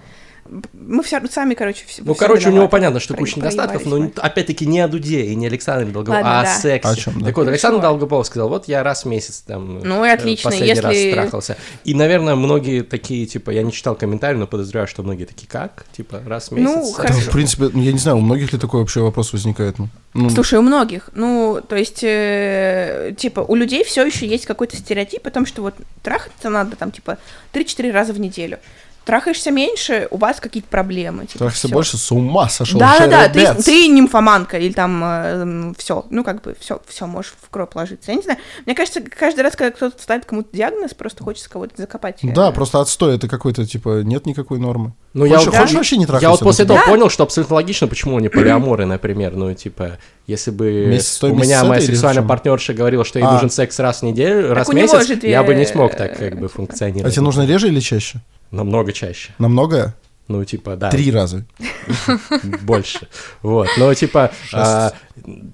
C: мы все сами, короче, все.
A: Ну, короче, у него понятно, что
C: Про-
A: куча недостатков, но
C: проебались
A: опять-таки не о Дуде и не Александре Долгополове,
C: Ладно,
A: а о
C: да.
A: сексе.
D: О чём, да.
A: Так вот, Александр
C: Хорошо.
A: Долгополов сказал, вот я раз в месяц там
C: Ну и
A: э,
C: отлично,
A: последний раз
C: если-
A: страхался. И, наверное, многие такие, типа, я не читал комментарии, но подозреваю, что многие такие, как? Типа, раз в месяц.
C: Ну,
A: секс.
D: Да,
C: хорошо.
D: в принципе, ну, я не знаю, у многих ли такой вообще вопрос возникает. ну. Ну,
C: Слушай, у многих, ну, то есть, э, типа, у людей все еще есть какой-то стереотип о том, что вот трахаться надо там, типа, 3-4 раза в неделю. Трахаешься меньше, у вас какие-то проблемы. Типа,
D: трахся
C: всё.
D: больше, с ума сошел.
C: Да, да, да, ты,
D: Шеребец.
C: ты нимфоманка, или там все, ну как бы все, все, можешь в кровь ложиться. Я не знаю. Мне кажется, каждый раз, когда кто-то ставит кому-то диагноз, просто хочется кого-то закопать.
D: Ну
C: э,
D: Да, просто отстой, это какой-то, типа, нет никакой нормы.
A: Ну, я
D: хочешь,
A: вот-
D: хочешь
A: Да.
D: вообще не трахаться?
A: Я вот после
D: ну, типа,
A: этого понял, что абсолютно логично, почему они полиаморы, например. Ну, типа, если бы
D: Вместе с той,
A: у
D: вместе с
A: меня
D: этой
A: моя
D: или
A: сексуальная
D: зачем?
A: партнерша говорила, что ей
D: А.
A: нужен секс раз в неделю, раз в
C: у него
A: месяц,
C: же две- э,
A: я бы не смог так как бы функционировать.
D: А тебе нужно реже или чаще?
A: Намного чаще.
D: Намного?
A: Ну, типа, да.
D: Три раза.
A: больше. Вот, но типа а,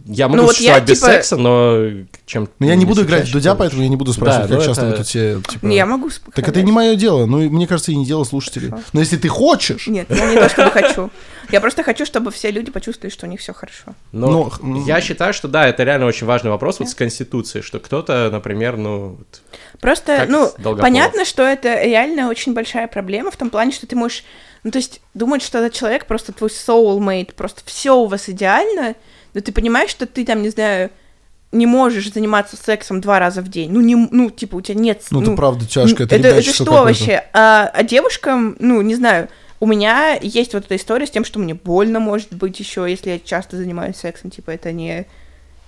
A: я Ну, могу
C: Ну, вот
A: существовать
C: я,
A: без
C: типа-
A: секса, но чем.
D: Но Ну, я не буду
A: если
D: играть в
A: чаще, то
D: Дудя,
A: лучше.
D: поэтому я не буду спрашивать,
A: Да,
D: как
A: ну
D: часто
A: это-
D: вы тут все, типа...
C: Не, я могу сказать.
D: Так это и не мое дело, ну, и мне кажется, и не дело слушателей. Но если ты хочешь...
C: Нет, я не то, чтобы хочу. Я просто хочу, чтобы все люди почувствовали, что у них все хорошо.
A: Но
D: Ну, х- м.
A: я считаю, что да, это реально очень важный вопрос вот с конституцией, что кто-то, например, ну вот,
C: Просто,
A: Как
C: ну,
A: с Долгополовым.
C: понятно, что это реально очень большая проблема в том плане, что ты можешь, ну, то есть думать, что этот человек просто твой soulmate, просто все у вас идеально, но ты понимаешь, что ты там, не знаю, не можешь заниматься сексом два раза в день. Ну, не, м- ну типа, у тебя нет... с-
D: Ну, это правда тяжко,
C: ну,
D: это
C: это, это что
D: ребячество какое-то.
C: вообще? А, а девушкам, ну, не знаю, у меня есть вот эта история с тем, что мне больно, может быть, еще, если я часто занимаюсь сексом, типа, это не...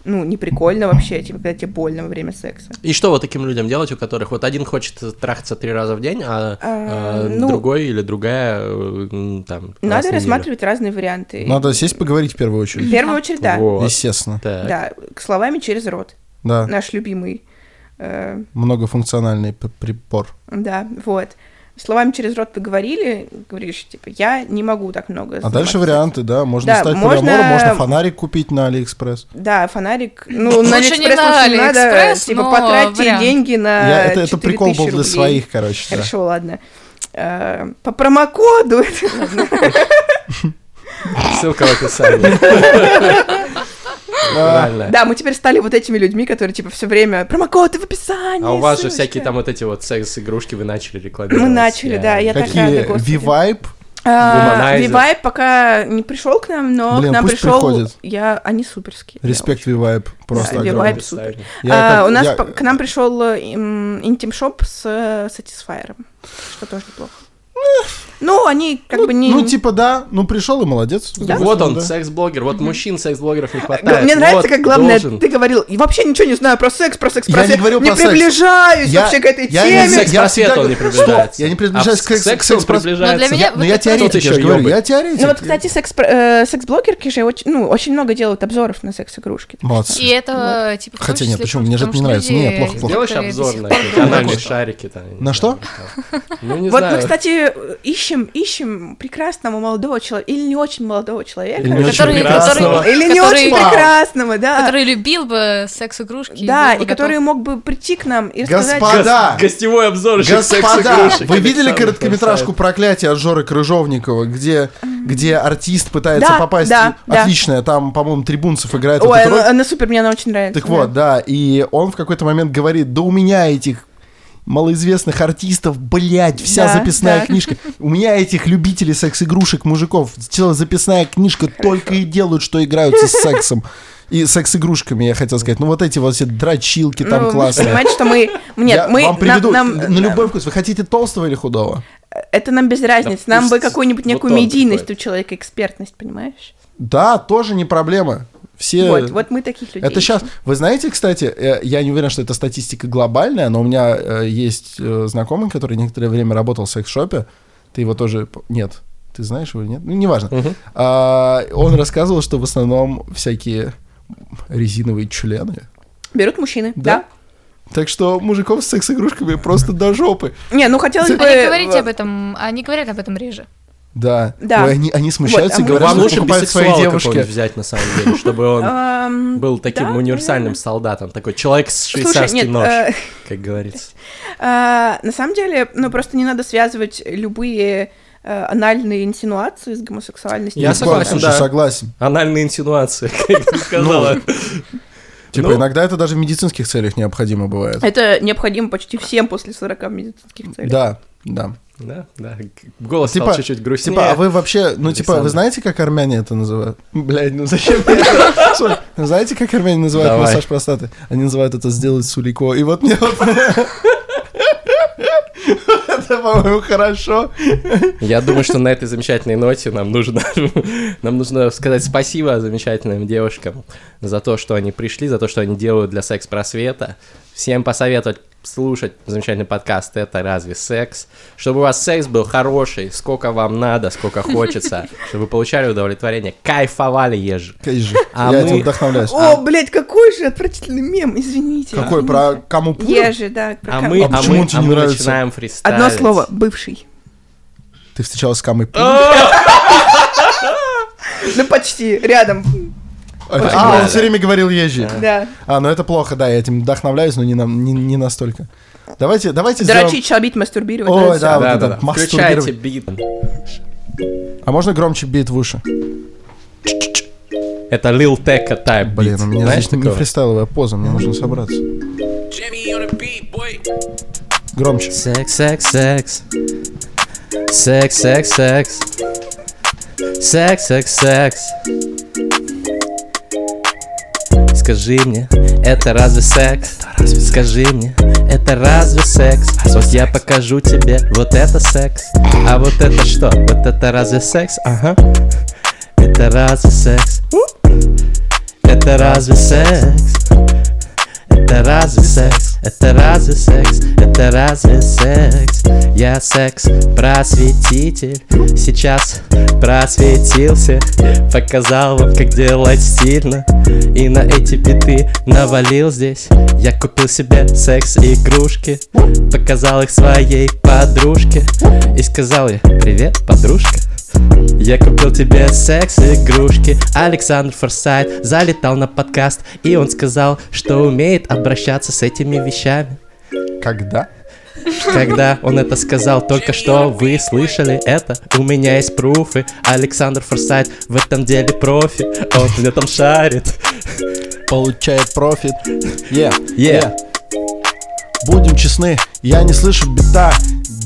C: Ну, не прикольно вообще, типа, когда тебе больно во время секса.
A: И что вот таким людям делать, у которых вот один хочет трахаться три раза в день, а,
C: А,
A: а,
C: ну,
A: другой или другая э, м, там. раз
C: Надо
A: в неделю?
C: рассматривать разные варианты.
D: Надо сесть поговорить в первую
C: В
D: очередь.
C: первую очередь, да.
A: Вот.
D: Естественно.
A: Так.
C: Да, к словами через рот.
D: Да,
C: Наш любимый. Э,
D: многофункциональный п- прибор.
C: да, вот. Словами через рот поговорили, говоришь, типа, я не могу так много.
D: А
C: заниматься
D: дальше
C: сексом.
D: варианты, да, можно
C: Да,
D: стать
C: можно-
D: полиамором, можно фонарик купить на Алиэкспресс.
C: Да, фонарик. Ну, на
B: Лучше не
C: Алиэкспресс,
B: на
C: в общем, надо,
B: Алиэкспресс,
C: типа,
B: но
C: потратить
B: вариант.
C: деньги на
D: Я- это, это
C: 4000
D: прикол был для
C: рублей.
D: своих, короче. да.
C: Хорошо, ладно. Э, По промокоду.
A: Ссылка в описании. Реально.
C: Да, мы теперь стали вот этими людьми, которые типа все время промокоды в описании.
A: А у вас же
C: ссылочка».
A: всякие там вот эти вот секс-игрушки вы начали рекламировать.
C: Мы начали, да, я так рада,
D: Какие?
C: господи.
D: V-Vibe?
C: А,
A: Womanizer.
C: Вивайб пока не пришел к нам, но
D: Блин,
C: к нам
D: пусть
C: пришел.
D: приходит.
C: Я, они суперские. я
D: Респект V-Vibe. Просто
C: Да,
D: огромный.
C: V-Vibe. очень-
D: Я
C: А,
D: как-
C: у нас
D: я-
C: по- к нам пришел интим-шоп с э, Satisfyer, что тоже неплохо. Ну, они как бы не...
D: Ну, типа, да, ну пришел и молодец.
C: Да?
A: Вот он,
D: Да.
A: секс-блогер. Вот мужчин секс-блогеров не
C: Г-
A: хватает.
C: Мне нравится,
A: Вот
C: как главное,
A: должен.
C: ты говорил, и вообще ничего не знаю про секс, про секс,
D: Я
C: про
D: не
C: секс,
D: говорил про секс.
C: приближаюсь
D: Я-
C: вообще к этой
D: я не
A: К
C: теме.
D: секс-
A: секс-просвету
D: всегда
A: он не
D: говорю,
A: приближается.
D: стоп, я не приближаюсь
A: А
D: к секс-
A: сексу он
D: секс-прос-
A: приближается.
B: Но для меня-
D: Ну, я
B: Вот это
D: теоретик,
A: кто-то
D: я же
A: еще
D: говорю,
A: ёбает.
D: я теоретик.
C: Ну вот, кстати, секс, э, секс-блогерки же очень, ну, очень много делают обзоров на секс-игрушки.
D: Молодцы.
B: И это, типа, в
D: Хотя
B: том
D: нет,
B: числе
D: почему?
B: круто,
D: Мне же это
B: потому
D: не
B: что
D: нравится. Не,
B: люди,
D: плохо, плохо.
A: Сделаешь
B: которые до
A: обзор
B: сих
A: на
B: пор
A: какие-то
B: думают,
A: анальные
D: такое?
A: шарики там. я не
D: На
A: знаю,
D: что?
A: там. Ну, не
C: вот
A: знаю.
C: мы, кстати, э, ищем ищем, ищем прекрасного молодого человека, или не очень молодого человека.
D: Или не очень
B: Который-
D: прекрасного.
B: который-
C: Или не
B: который-
C: очень прекрасного, да.
B: Который любил бы секс-игрушки.
C: да,
B: был бы
C: и который мог бы прийти к нам и рассказать...
D: Господа, Да.
A: Гостевой обзор
D: Господа,
A: секс-игрушек.
D: вы видели
A: Александр
D: короткометражку
A: Форсайт.
D: «Проклятие» от Жоры Крыжовникова, где, где артист пытается
C: Да,
D: попасть?
C: да, да.
D: Отличная, там, по-моему, Трибунцев играет
C: Ой, ну,
D: эту роль.
C: она, она супер, мне она очень нравится.
D: Так вот, да, и он в какой-то момент говорит, да у меня этих малоизвестных артистов, блядь, вся
C: Да,
D: записная
C: да.
D: книжка. У меня этих любителей секс-игрушек, мужиков, целая записная книжка, только и делают, что играются с сексом. И секс-игрушками, я хотел сказать. Ну вот эти вот все дрочилки
C: Ну,
D: там
C: вы
D: классные.
C: Понимаете, что мы...
D: я
C: Нет, мы...
D: вам
C: нам-
D: приведу
C: нам- э,
D: на любой вкус. Вы хотите толстого или худого?
C: Это нам без разницы. нам бы
A: пусть
C: какую-нибудь некую
A: вот он
C: медийность
A: приходит.
C: у человека, экспертность, понимаешь?
D: Да, тоже не проблема. Все...
C: Вот, вот мы таких людей.
D: Э, Это сейчас, вы знаете, кстати, э, я не уверен, что это статистика глобальная, но у меня э, есть э, знакомый, который некоторое время работал в секс-шопе. Ты его тоже... п- Нет. Ты знаешь его или нет? Ну, неважно.
A: Мгм.
D: А, он рассказывал, что в основном всякие резиновые члены.
C: Берут мужчины,
D: Да?
C: да?
D: Так что мужиков с секс-игрушками просто до жопы.
C: Не, ну хотелось бы...
B: Они говорите
C: э,
B: об этом, они говорят об этом реже.
D: Да.
C: Да.
D: Ой, они, они смущаются и
C: а
D: говорят,
A: Вам
D: что
A: лучше
D: покупают своей
A: бисексуала
D: девушке.
A: какого-нибудь взять, на самом деле, чтобы он
C: эм,
A: был таким
C: да,
A: универсальным солдатом. Такой человек с
C: наверное. Слушай, нет,
A: швейцарским нож,
C: э,
A: как говорится.
C: э, на самом деле, ну просто не надо связывать любые э, анальные инсинуации с гомосексуальностью.
A: Я
D: Ну,
A: согласен,
D: слушай,
A: да.
D: согласен.
A: Анальные инсинуации, как
D: Ну,
A: ты сказала.
D: Типа
A: Ну.
D: иногда это даже в медицинских целях необходимо бывает.
C: Это необходимо почти всем после 40 в медицинских целях.
D: Да, да.
A: Да, да. Голос
D: Типа-
A: стал чуть-чуть грустнее.
D: Типа, а вы вообще, ну, типа,
A: Александр.
D: вы знаете, как армяне это называют? Блядь, ну зачем я это? Слушай, ну, Знаете, как армяне называют
A: Давай.
D: массаж простаты? Они называют это сделать сулико. И вот мне вот... Это, по-моему, хорошо.
A: Я думаю, что на этой замечательной ноте нам нужно, нам нужно сказать спасибо замечательным девушкам за то, что они пришли, за то, что они делают для секс-просвета. Всем посоветовать слушать замечательный подкаст «Это разве секс?», чтобы у вас секс был хороший, сколько вам надо, сколько хочется, чтобы вы получали удовлетворение, кайфовали еже.
D: Конечно же,
A: А
D: Я
A: мы-
D: этим вдохновляюсь. А
C: О, блядь, какой же отвратительный мем, извините.
D: Какой, про кому пудр?
C: Ежи, да. про
A: А
C: кам-
A: мы,
D: А
A: а
D: почему
A: мы,
D: тебе
A: а
D: не
A: мы
D: нравится?
A: начинаем фристайлить.
C: Одно слово, бывший.
D: Ты встречалась с камой пудр?
C: Ну почти, рядом,
D: А, он
A: да.
D: все время говорил ежи.
C: да.
D: А, ну это плохо, да, я этим вдохновляюсь, но не нам- не- не настолько. Давайте, давайте сделаем...
C: Дрочить, шалбить, мастурбировать.
D: Ой,
C: нравится?
D: да, А, вот
A: Да,
D: это,
A: да, да.
D: мастурбировать.
A: Включайте бит.
D: А можно громче бит в уши?
A: Это Lil Tecca Type
D: Блин,
A: бит.
D: у меня
A: Знаешь
D: здесь не
A: такого?
D: фристайловая поза, мне нужно собраться. Громче.
A: Секс, секс, секс. Секс, секс, секс. Секс, секс, секс. Скажи мне, это разве секс? Скажи мне, это разве секс? Вот я покажу тебе, вот это секс. А вот это что? Вот это разве секс? Ага. Это разве секс? Это разве секс? Это разве секс? Это разве секс? Это разве секс? Я секс-просветитель Сейчас просветился Показал вам, как делать стильно И на эти биты навалил здесь Я купил себе секс-игрушки Показал их своей подружке И сказал ей, привет, подружка я купил тебе секс-игрушки Александр Форсайт залетал на подкаст И он сказал, что умеет обращаться с этими вещами
D: Когда?
A: Когда он это сказал, только что вы слышали это У меня есть пруфы Александр Форсайт в этом деле профи Он в этом шарит
D: Получает профит. Е,
A: Е.
D: е. Будем честны, я не слышу бита.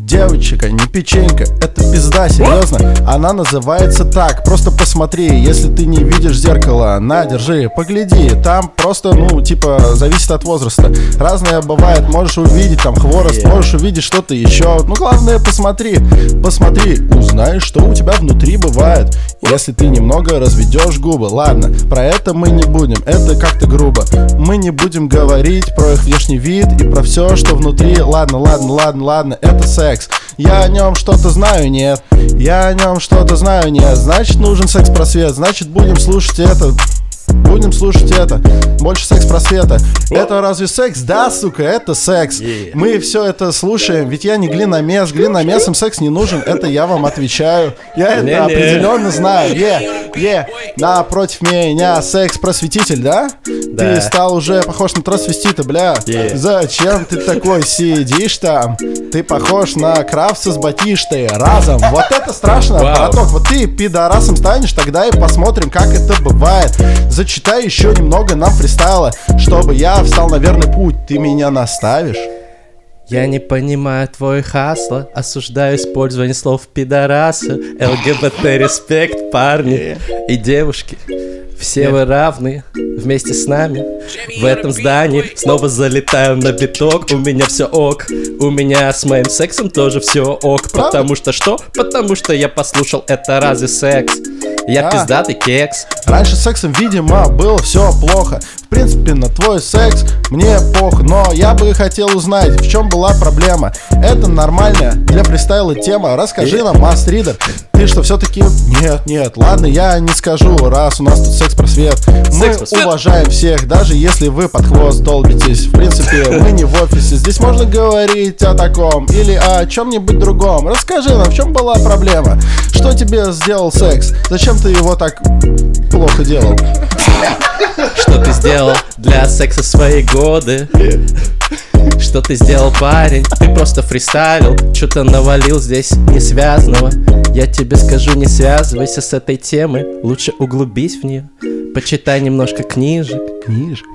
D: Девочка, не печенька, это пизда, серьезно. Она называется так, просто посмотри, если ты не видишь зеркало, на, держи, погляди. Там просто, ну, типа, зависит от возраста. Разное бывает, можешь увидеть там хворост,
A: Е.
D: можешь увидеть что-то еще. Ну, главное, посмотри, посмотри, узнаешь, что у тебя внутри бывает. Если ты немного разведешь губы, ладно, про это мы не будем, это как-то грубо. Мы не будем говорить про их внешний вид и про все, что внутри. Ладно, ладно, ладно, ладно, это секс. Я о нем что-то знаю, нет. Я о нем что-то знаю, нет. Значит, нужен секс-просвет, значит, будем слушать это. будем слушать это. Больше секс-просвета. Это разве секс? Да, сука, это секс.
A: Yeah.
D: Мы все это слушаем, ведь я не глиномес. Глиномесам секс не нужен, это я вам отвечаю. Я это
A: Не-не.
D: определенно знаю. Е, е, напротив меня секс-просветитель, да?
A: Да.
D: Ты стал уже похож на трансвестита, бля.
A: Е.
D: Зачем ты такой сидишь там? Ты похож на Кравца с Батиштой разом. Вот это страшно,
A: Вау.
D: браток. Вот ты пидорасом станешь, тогда и посмотрим, как это бывает. Зачитай еще немного нам фристайла, чтобы я встал на верный путь. Ты меня наставишь?
A: Я не понимаю твои хасла, осуждаю использование слов пидораса, ЛГБТ респект, парни и девушки. Все вы равны вместе с нами В этом здании снова залетаем на биток У меня все ок У меня с моим сексом тоже все ок Потому что что? Потому что я послушал Это разве секс? Я
D: Да.
A: пиздатый кекс
D: Раньше с сексом, видимо, было все плохо. В принципе, на твой секс мне пох, но я бы хотел узнать, в чем была проблема. Это нормальная для фристайла тема. Расскажи нам, Масс Ридер, ты что, все-таки... Нет, нет, ладно, я не скажу, раз у нас тут секс-просвет. Мы
A: Секс-просвет.
D: уважаем всех, даже если вы под хвост долбитесь. В принципе, мы не в офисе. Здесь можно говорить о таком или о чем-нибудь другом. Расскажи нам, в чем была проблема? Что тебе сделал секс? Зачем ты его так плохо делал?
A: Что ты сделал для секса свои годы? Что ты сделал, парень? Ты просто фристайлил Что-то навалил здесь несвязного Я тебе скажу, не связывайся с этой темой Лучше углубись в нее Почитай немножко книжек
D: Книжка.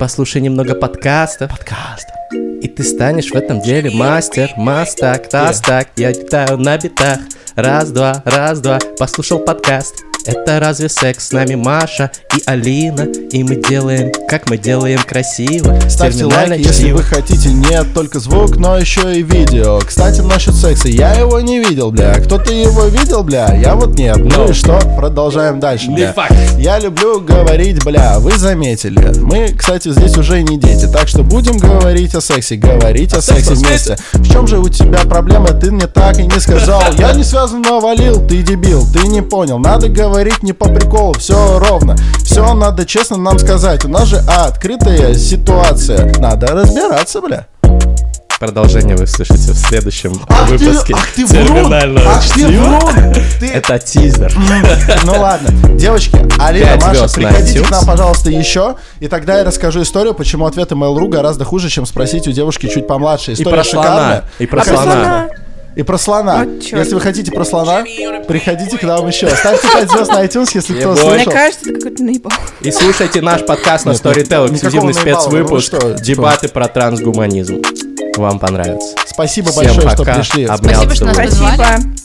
A: Послушай немного подкастов Подкастов И ты станешь в этом деле мастер Мастак, тастак Я летаю на битах Раз-два, раз-два Послушал подкаст Это разве секс? С нами Маша и Алина И мы делаем, как мы делаем красиво
D: Ставьте
A: Терминально
D: лайки, если
A: чтиво.
D: вы хотите не только звук, но еще и видео. Кстати, насчет секса, я его не видел, бля. Кто-то его видел, бля? Я вот нет. Ну
A: No.
D: и что? Продолжаем дальше,
A: Не
D: бля.
A: факт.
D: Я люблю говорить, бля. Вы заметили. Мы, кстати, здесь уже не дети, так что будем говорить о сексе. Говорить о, сексе вместе. В чем же у тебя проблема? Ты мне так и не сказал. Я не связан, но валил. Ты дебил, ты не понял. Надо говорить не по приколу, все ровно. Все надо честно нам сказать. У нас же открытая ситуация. Надо разбираться, бля.
A: Продолжение вы слышите в следующем
D: А
A: выпуске терминального
D: Ах А ты
A: чтива.
D: врун! Ты-
A: Это тизер
D: Ну ладно, девочки, Алина,
A: Пять
D: Маша,
A: звезд на
D: приходите к
A: iTunes.
D: нам, пожалуйста, еще, и тогда я расскажу историю, почему ответы Mail.ru гораздо хуже, чем спросить у девушки чуть помладше. История
A: про слона,
D: шикарная.
A: и про
D: А
A: слона.
C: Слона.
D: И про слона.
C: Вот чёрт.
D: Если вы хотите про слона, приходите к нам еще. Ставьте 5 звезд на iTunes, если кто
A: Ебать.
C: Мне
D: слышал.
C: кажется, это какой-то наебал.
A: И слушайте наш подкаст на
D: Нет, нет,
A: Storytel,
D: никакого
A: эксклюзивный
D: наебала,
A: спецвыпуск,
D: ну вы что?
A: дебаты про трансгуманизм. Вам понравится.
D: Спасибо
A: Всем
D: большое, что
A: пока.
D: пришли.
A: Обнял,
B: Спасибо, что нас
A: целую.
B: позвали.
C: Спасибо.